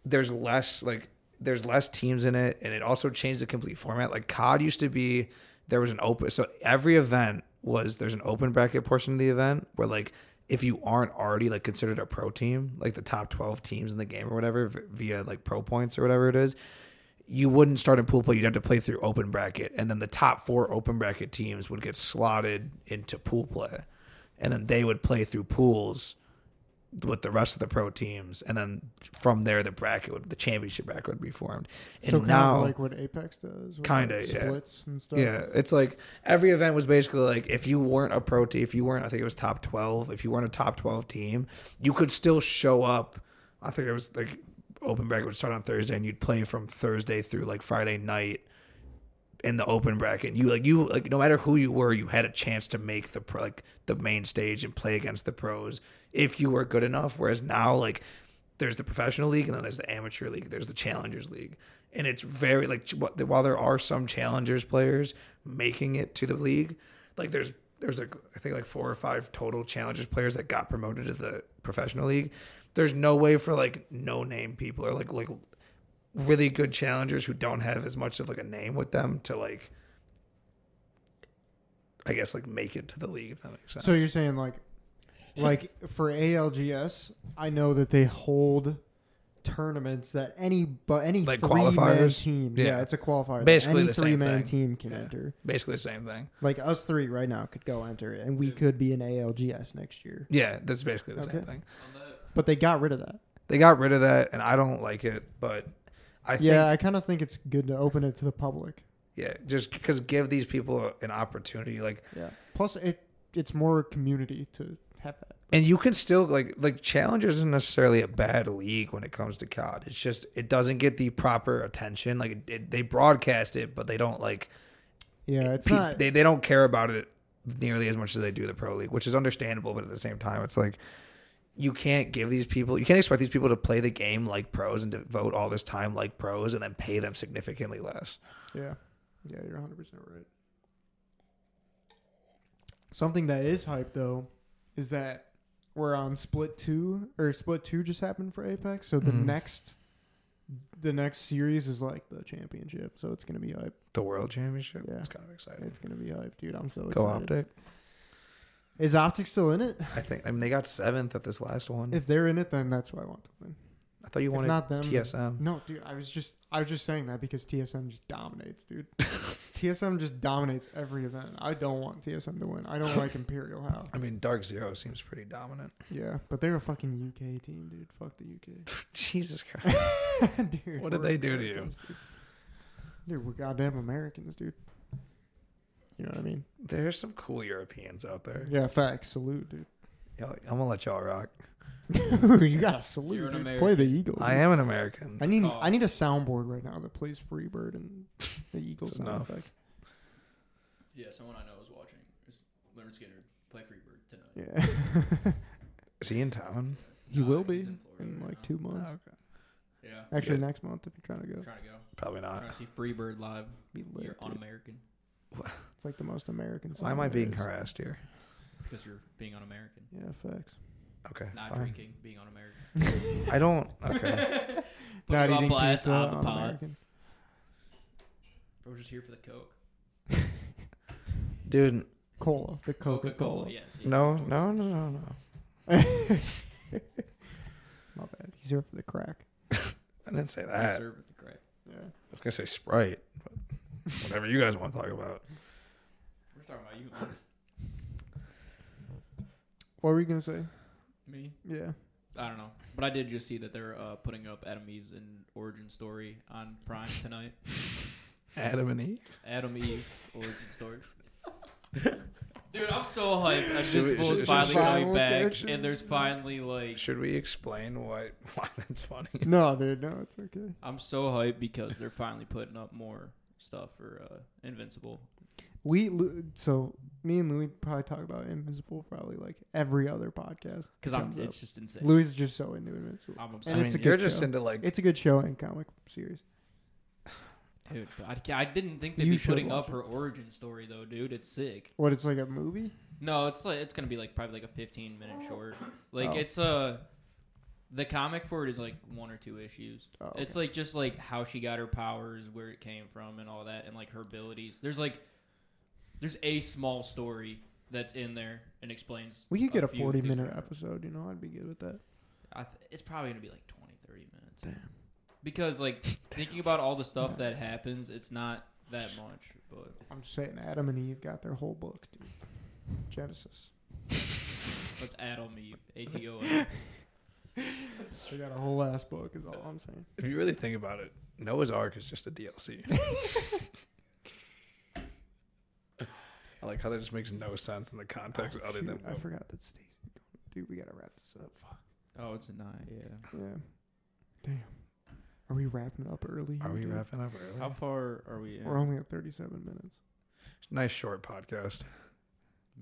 [SPEAKER 3] There's less like there's less teams in it, and it also changed the complete format. Like COD used to be, there was an open so every event was there's an open bracket portion of the event where like if you aren't already like considered a pro team, like the top twelve teams in the game or whatever v- via like pro points or whatever it is, you wouldn't start in pool play. You'd have to play through open bracket, and then the top four open bracket teams would get slotted into pool play, and then they would play through pools with the rest of the pro teams, and then from there the bracket would the championship bracket would be formed. And
[SPEAKER 1] so kind
[SPEAKER 3] now,
[SPEAKER 1] of like what Apex does, with,
[SPEAKER 3] Kinda,
[SPEAKER 1] like,
[SPEAKER 3] yeah.
[SPEAKER 1] splits and stuff.
[SPEAKER 3] yeah, it's like every event was basically like if you weren't a pro team, if you weren't, I think it was top twelve. If you weren't a top twelve team, you could still show up. I think it was like open bracket would start on Thursday, and you'd play from Thursday through like Friday night in the open bracket. You like you like no matter who you were, you had a chance to make the pro, like the main stage and play against the pros if you were good enough. Whereas now, like there's the professional league and then there's the amateur league, there's the challengers league, and it's very like ch- wh- while there are some challengers players making it to the league, like there's there's like I think like four or five total challengers players that got promoted to the professional league. There's no way for like no name people or like like really good challengers who don't have as much of like a name with them to like I guess like make it to the league if that makes sense.
[SPEAKER 1] So you're saying like, like for ALGS, I know that they hold tournaments that any but any
[SPEAKER 3] Like
[SPEAKER 1] three man
[SPEAKER 3] qualifiers?
[SPEAKER 1] team.
[SPEAKER 3] Yeah.
[SPEAKER 1] Yeah. it's a qualifier. that
[SPEAKER 3] Basically
[SPEAKER 1] any
[SPEAKER 3] the same
[SPEAKER 1] three man
[SPEAKER 3] thing.
[SPEAKER 1] team can
[SPEAKER 3] Yeah.
[SPEAKER 1] enter.
[SPEAKER 3] Basically the same thing.
[SPEAKER 1] Like us three right now could go enter, and we could be an ALGS next year.
[SPEAKER 3] Yeah, that's basically the same
[SPEAKER 1] Okay.
[SPEAKER 3] thing.
[SPEAKER 2] On that,
[SPEAKER 1] But they got rid of that.
[SPEAKER 3] They got rid of that and I don't like it, but I think
[SPEAKER 1] yeah, I kind of think it's good to open it to the public.
[SPEAKER 3] yeah, just cuz give these people an opportunity like
[SPEAKER 1] Yeah. Plus, it it's more community to have that.
[SPEAKER 3] and you can still like like challengers isn't necessarily a bad league when it comes to COD. It's just it doesn't get the proper attention. Like it, it, they broadcast it, but they don't like
[SPEAKER 1] Yeah, it's
[SPEAKER 3] peop-
[SPEAKER 1] not.
[SPEAKER 3] they, they don't care about it nearly as much as they do the pro league, which is understandable. But at the same time, it's like you can't give these people, you can't expect these people to play the game like pros and devote all this time like pros, and then pay them significantly less.
[SPEAKER 1] Yeah. Yeah, you're 100% right. Something that is hype, though, is that we're on split two, or split two just happened for Apex. So the
[SPEAKER 3] Mhm.
[SPEAKER 1] next. The next series is like the championship, so it's gonna be hype.
[SPEAKER 3] The world championship,
[SPEAKER 1] Yeah.
[SPEAKER 3] it's kind of exciting.
[SPEAKER 1] It's gonna be hype, dude. I'm so
[SPEAKER 3] Go
[SPEAKER 1] excited.
[SPEAKER 3] optic.
[SPEAKER 1] Is Optic still in it?
[SPEAKER 3] I think. I mean, they got seventh at this last one.
[SPEAKER 1] If they're in it, then that's why I want to win.
[SPEAKER 3] I thought you
[SPEAKER 1] if
[SPEAKER 3] wanted
[SPEAKER 1] not them,
[SPEAKER 3] TSM.
[SPEAKER 1] No, dude, I was just I was just saying that because TSM just dominates, dude. TSM just dominates every event. I don't want TSM to win. I don't like Imperial House.
[SPEAKER 3] I mean, Dark Zero seems pretty dominant.
[SPEAKER 1] Yeah, but they're a fucking UK team, dude. Fuck the UK.
[SPEAKER 3] Jesus Christ.
[SPEAKER 1] dude,
[SPEAKER 3] What did
[SPEAKER 1] we're
[SPEAKER 3] they do to you?
[SPEAKER 1] Americans, Dude. Dude, we're goddamn Americans, dude. You know what I mean?
[SPEAKER 3] There's some cool Europeans out there.
[SPEAKER 1] Yeah, facts. Salute, dude.
[SPEAKER 3] Yo, I'm gonna let y'all rock.
[SPEAKER 1] you gotta
[SPEAKER 2] You're
[SPEAKER 1] salute.
[SPEAKER 2] an
[SPEAKER 1] dude. Play the Eagles.
[SPEAKER 3] I am an American.
[SPEAKER 1] I need
[SPEAKER 2] Oh.
[SPEAKER 1] I need a soundboard right now that plays Freebird and the Eagles
[SPEAKER 3] It's
[SPEAKER 1] sound
[SPEAKER 3] enough.
[SPEAKER 1] effect.
[SPEAKER 2] Yeah, someone I know is watching. Is Leonard Skinner play Freebird tonight?
[SPEAKER 1] Yeah,
[SPEAKER 3] Is he in town?
[SPEAKER 1] he
[SPEAKER 2] Nah,
[SPEAKER 1] will
[SPEAKER 2] Uh, he's
[SPEAKER 1] be
[SPEAKER 2] in
[SPEAKER 1] in,
[SPEAKER 2] Florida right
[SPEAKER 1] like
[SPEAKER 2] now.
[SPEAKER 1] two months.
[SPEAKER 3] Oh, okay.
[SPEAKER 2] Yeah,
[SPEAKER 1] Actually,
[SPEAKER 3] Good.
[SPEAKER 1] next month if you're trying to go,
[SPEAKER 2] I'm trying to go.
[SPEAKER 3] Probably
[SPEAKER 2] I'm
[SPEAKER 3] not.
[SPEAKER 2] trying to see Freebird live.
[SPEAKER 1] be lit.
[SPEAKER 2] You're
[SPEAKER 1] dude.
[SPEAKER 2] un-American
[SPEAKER 1] It's like the most American. song
[SPEAKER 3] Why am I
[SPEAKER 1] there
[SPEAKER 3] being
[SPEAKER 1] is.
[SPEAKER 3] harassed here?
[SPEAKER 2] because you're being un-American.
[SPEAKER 1] Yeah, facts.
[SPEAKER 3] Okay.
[SPEAKER 2] Not
[SPEAKER 3] fine.
[SPEAKER 2] drinking, being un-American.
[SPEAKER 3] I don't. Okay.
[SPEAKER 2] Put
[SPEAKER 1] Not
[SPEAKER 2] you on
[SPEAKER 1] eating
[SPEAKER 2] blast
[SPEAKER 1] pizza
[SPEAKER 2] on the
[SPEAKER 1] on
[SPEAKER 2] pod.
[SPEAKER 1] American.
[SPEAKER 2] Bro, just here for the Coke.
[SPEAKER 3] Dude,
[SPEAKER 1] Cola, the Coca
[SPEAKER 2] Coca-Cola,
[SPEAKER 1] Cola.
[SPEAKER 2] yes. yes,
[SPEAKER 3] no,
[SPEAKER 2] of course.
[SPEAKER 3] no, no, no, no.
[SPEAKER 1] My bad. He's here for the crack.
[SPEAKER 3] I didn't say
[SPEAKER 2] We
[SPEAKER 3] that. I
[SPEAKER 2] serve with the grape.
[SPEAKER 1] Yeah.
[SPEAKER 3] was going to say Sprite, but whatever you guys want to talk about.
[SPEAKER 2] We're talking about you, uh, and
[SPEAKER 1] What were you gonna say?
[SPEAKER 2] me.
[SPEAKER 1] Yeah.
[SPEAKER 2] I don't know, but I did just see that they're uh, putting up Adam Eve's and origin story on Prime tonight.
[SPEAKER 3] Adam and Eve.
[SPEAKER 2] Adam Eve origin story. Dude, I'm so hyped that
[SPEAKER 3] Should we-
[SPEAKER 2] Invincible is
[SPEAKER 3] should-
[SPEAKER 2] finally
[SPEAKER 1] should we-
[SPEAKER 2] coming
[SPEAKER 1] Final
[SPEAKER 2] back,
[SPEAKER 1] connections?
[SPEAKER 2] and there's finally like
[SPEAKER 3] Should we explain why why that's funny?
[SPEAKER 1] No, dude. No, it's okay.
[SPEAKER 2] I'm so hyped because they're finally putting up more stuff for uh, Invincible.
[SPEAKER 1] We Lu- so me and Louis probably talk about Invincible probably like every other podcast.
[SPEAKER 2] Because I'm,
[SPEAKER 1] Thumbs up.
[SPEAKER 2] it's just insane.
[SPEAKER 1] Louis is just so into Invincible.
[SPEAKER 2] I'm
[SPEAKER 3] I
[SPEAKER 2] obsessed.
[SPEAKER 1] And
[SPEAKER 3] mean,
[SPEAKER 1] it's a
[SPEAKER 3] you're
[SPEAKER 1] good
[SPEAKER 3] just
[SPEAKER 1] show.
[SPEAKER 3] into like
[SPEAKER 1] It's a good show and comic series.
[SPEAKER 2] Dude, but I, ca- I didn't think they'd
[SPEAKER 1] You
[SPEAKER 2] be
[SPEAKER 1] should
[SPEAKER 2] putting
[SPEAKER 1] watch
[SPEAKER 2] up
[SPEAKER 1] it.
[SPEAKER 2] her origin story though, dude. It's sick.
[SPEAKER 1] What? It's like a movie.
[SPEAKER 2] No, it's like it's gonna be like probably like a 15 minute short. Like
[SPEAKER 1] Oh.
[SPEAKER 2] it's uh the comic for it is like one or two issues.
[SPEAKER 1] Oh,
[SPEAKER 2] It's like just like how she got her powers, where it came from, and all that, and like her abilities. There's like there's a small story that's in there and explains.
[SPEAKER 1] we could get a,
[SPEAKER 2] few
[SPEAKER 1] forty
[SPEAKER 2] things
[SPEAKER 1] minute
[SPEAKER 2] from her.
[SPEAKER 1] episode. You know, I'd be good with that.
[SPEAKER 2] I th- it's probably gonna be like 20, 30 minutes. Damn. Because like thinking about all the stuff that happens, it's not that much. But
[SPEAKER 1] I'm just saying, Adam and Eve got their whole book, dude. Genesis.
[SPEAKER 2] let's add on the ATO.
[SPEAKER 1] They got a whole ass book. Is all I'm saying.
[SPEAKER 3] if you really think about it, Noah's Ark is just a DLC. I like how that just makes no sense in the context
[SPEAKER 1] Oh,
[SPEAKER 3] other
[SPEAKER 1] shoot,
[SPEAKER 3] than
[SPEAKER 1] I forgot that Stacey. Dude, we gotta wrap this up. Fuck.
[SPEAKER 2] Oh, it's not. Yeah.
[SPEAKER 1] Yeah. Damn. Are we wrapping up early?
[SPEAKER 3] Are
[SPEAKER 1] here,
[SPEAKER 3] we
[SPEAKER 1] dude?
[SPEAKER 3] wrapping up
[SPEAKER 2] How
[SPEAKER 3] early?
[SPEAKER 2] far are we? In?
[SPEAKER 1] We're only at 37 minutes.
[SPEAKER 3] Nice short podcast.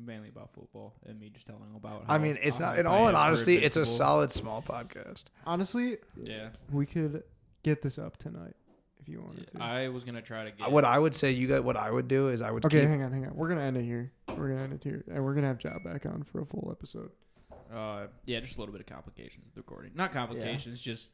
[SPEAKER 2] mainly about football and me just telling about.
[SPEAKER 3] I mean, it's
[SPEAKER 2] how
[SPEAKER 3] not.
[SPEAKER 2] I'm
[SPEAKER 3] In all in
[SPEAKER 2] paying for
[SPEAKER 3] honesty, it's a
[SPEAKER 2] Invincible.
[SPEAKER 3] solid small podcast.
[SPEAKER 1] Honestly,
[SPEAKER 2] Yeah.
[SPEAKER 1] we could get this up tonight if you wanted to.
[SPEAKER 2] I was gonna try to get.
[SPEAKER 3] What I would say, you got. What I would do is I would.
[SPEAKER 1] okay,
[SPEAKER 3] Keep,
[SPEAKER 1] hang on, hang on. We're gonna end it here. We're gonna end it here, and we're gonna have Job back on for a full episode.
[SPEAKER 2] Uh, yeah, just a little bit of complications with the recording. Not complications, just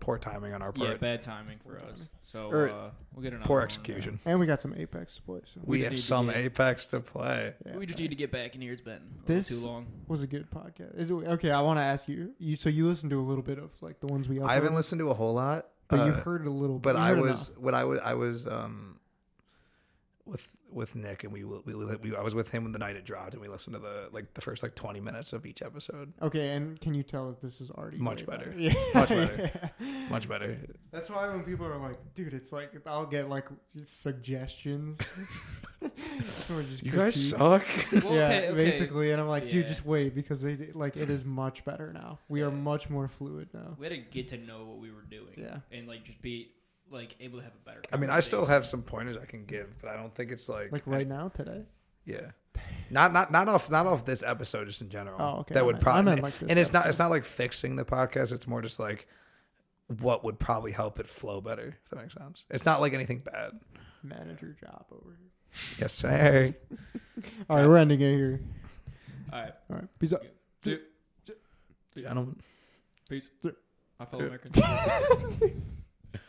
[SPEAKER 3] poor timing on our
[SPEAKER 2] yeah,
[SPEAKER 3] part.
[SPEAKER 2] bad timing for
[SPEAKER 1] Poor
[SPEAKER 2] us.
[SPEAKER 1] timing.
[SPEAKER 2] So
[SPEAKER 3] Or
[SPEAKER 2] uh, we'll get another
[SPEAKER 3] poor
[SPEAKER 2] one.
[SPEAKER 3] execution.
[SPEAKER 1] And we got some Apex to play. So
[SPEAKER 3] We,
[SPEAKER 2] just need
[SPEAKER 3] have
[SPEAKER 2] to
[SPEAKER 3] some
[SPEAKER 2] get-
[SPEAKER 3] apex to play.
[SPEAKER 1] yeah,
[SPEAKER 2] we just need to get back in here. It's been a
[SPEAKER 1] This-
[SPEAKER 2] little too long.
[SPEAKER 1] Was a good podcast. Is it okay? I want to ask you. You so you listened to a little bit of like the ones we. Uploaded,
[SPEAKER 3] I haven't listened to a whole lot,
[SPEAKER 1] but you
[SPEAKER 3] uh,
[SPEAKER 1] heard a little. bit.
[SPEAKER 3] but
[SPEAKER 1] You
[SPEAKER 3] I
[SPEAKER 1] heard
[SPEAKER 3] was
[SPEAKER 1] enough.
[SPEAKER 3] what I was I was um with with Nick and we, we we I was with him the night it dropped and we listened to the like the first like 20 minutes of each episode.
[SPEAKER 1] okay. And can you tell that this is already
[SPEAKER 3] Much
[SPEAKER 1] way
[SPEAKER 3] better.
[SPEAKER 1] Yeah.
[SPEAKER 3] Much better.
[SPEAKER 1] Yeah.
[SPEAKER 3] Much better.
[SPEAKER 1] That's why when people are like, dude, it's like I'll get like just suggestions. Someone just
[SPEAKER 3] You guys
[SPEAKER 1] critiques.
[SPEAKER 3] suck.
[SPEAKER 2] Well,
[SPEAKER 1] yeah,
[SPEAKER 2] okay, okay.
[SPEAKER 1] basically, and I'm like, dude,
[SPEAKER 2] Yeah.
[SPEAKER 1] just wait because they did- like it is much better now. We are
[SPEAKER 2] Yeah.
[SPEAKER 1] much more fluid now.
[SPEAKER 2] we had to get to know what we were doing.
[SPEAKER 1] Yeah.
[SPEAKER 2] and like just be like able to have a better.
[SPEAKER 3] I mean, I still
[SPEAKER 2] conversation.
[SPEAKER 3] have some pointers I can give, but I don't think it's like
[SPEAKER 1] Like right now today.
[SPEAKER 3] yeah. Not not not off not off this episode just in general.
[SPEAKER 1] Oh, okay. I
[SPEAKER 3] That would
[SPEAKER 1] meant- I
[SPEAKER 3] probably
[SPEAKER 1] meant like this
[SPEAKER 3] and it's not
[SPEAKER 1] episode.
[SPEAKER 3] it's not like fixing the podcast. It's more just like what would probably help it flow better. If that makes sense. It's not like anything bad.
[SPEAKER 1] Manager job over here.
[SPEAKER 3] Yes, sir.
[SPEAKER 1] All right, we're ending it here.
[SPEAKER 2] All right,
[SPEAKER 1] All right, peace out.
[SPEAKER 2] dude,
[SPEAKER 3] Gentlemen.
[SPEAKER 2] peace.
[SPEAKER 1] Dude.
[SPEAKER 2] I follow
[SPEAKER 3] Dude.
[SPEAKER 2] American.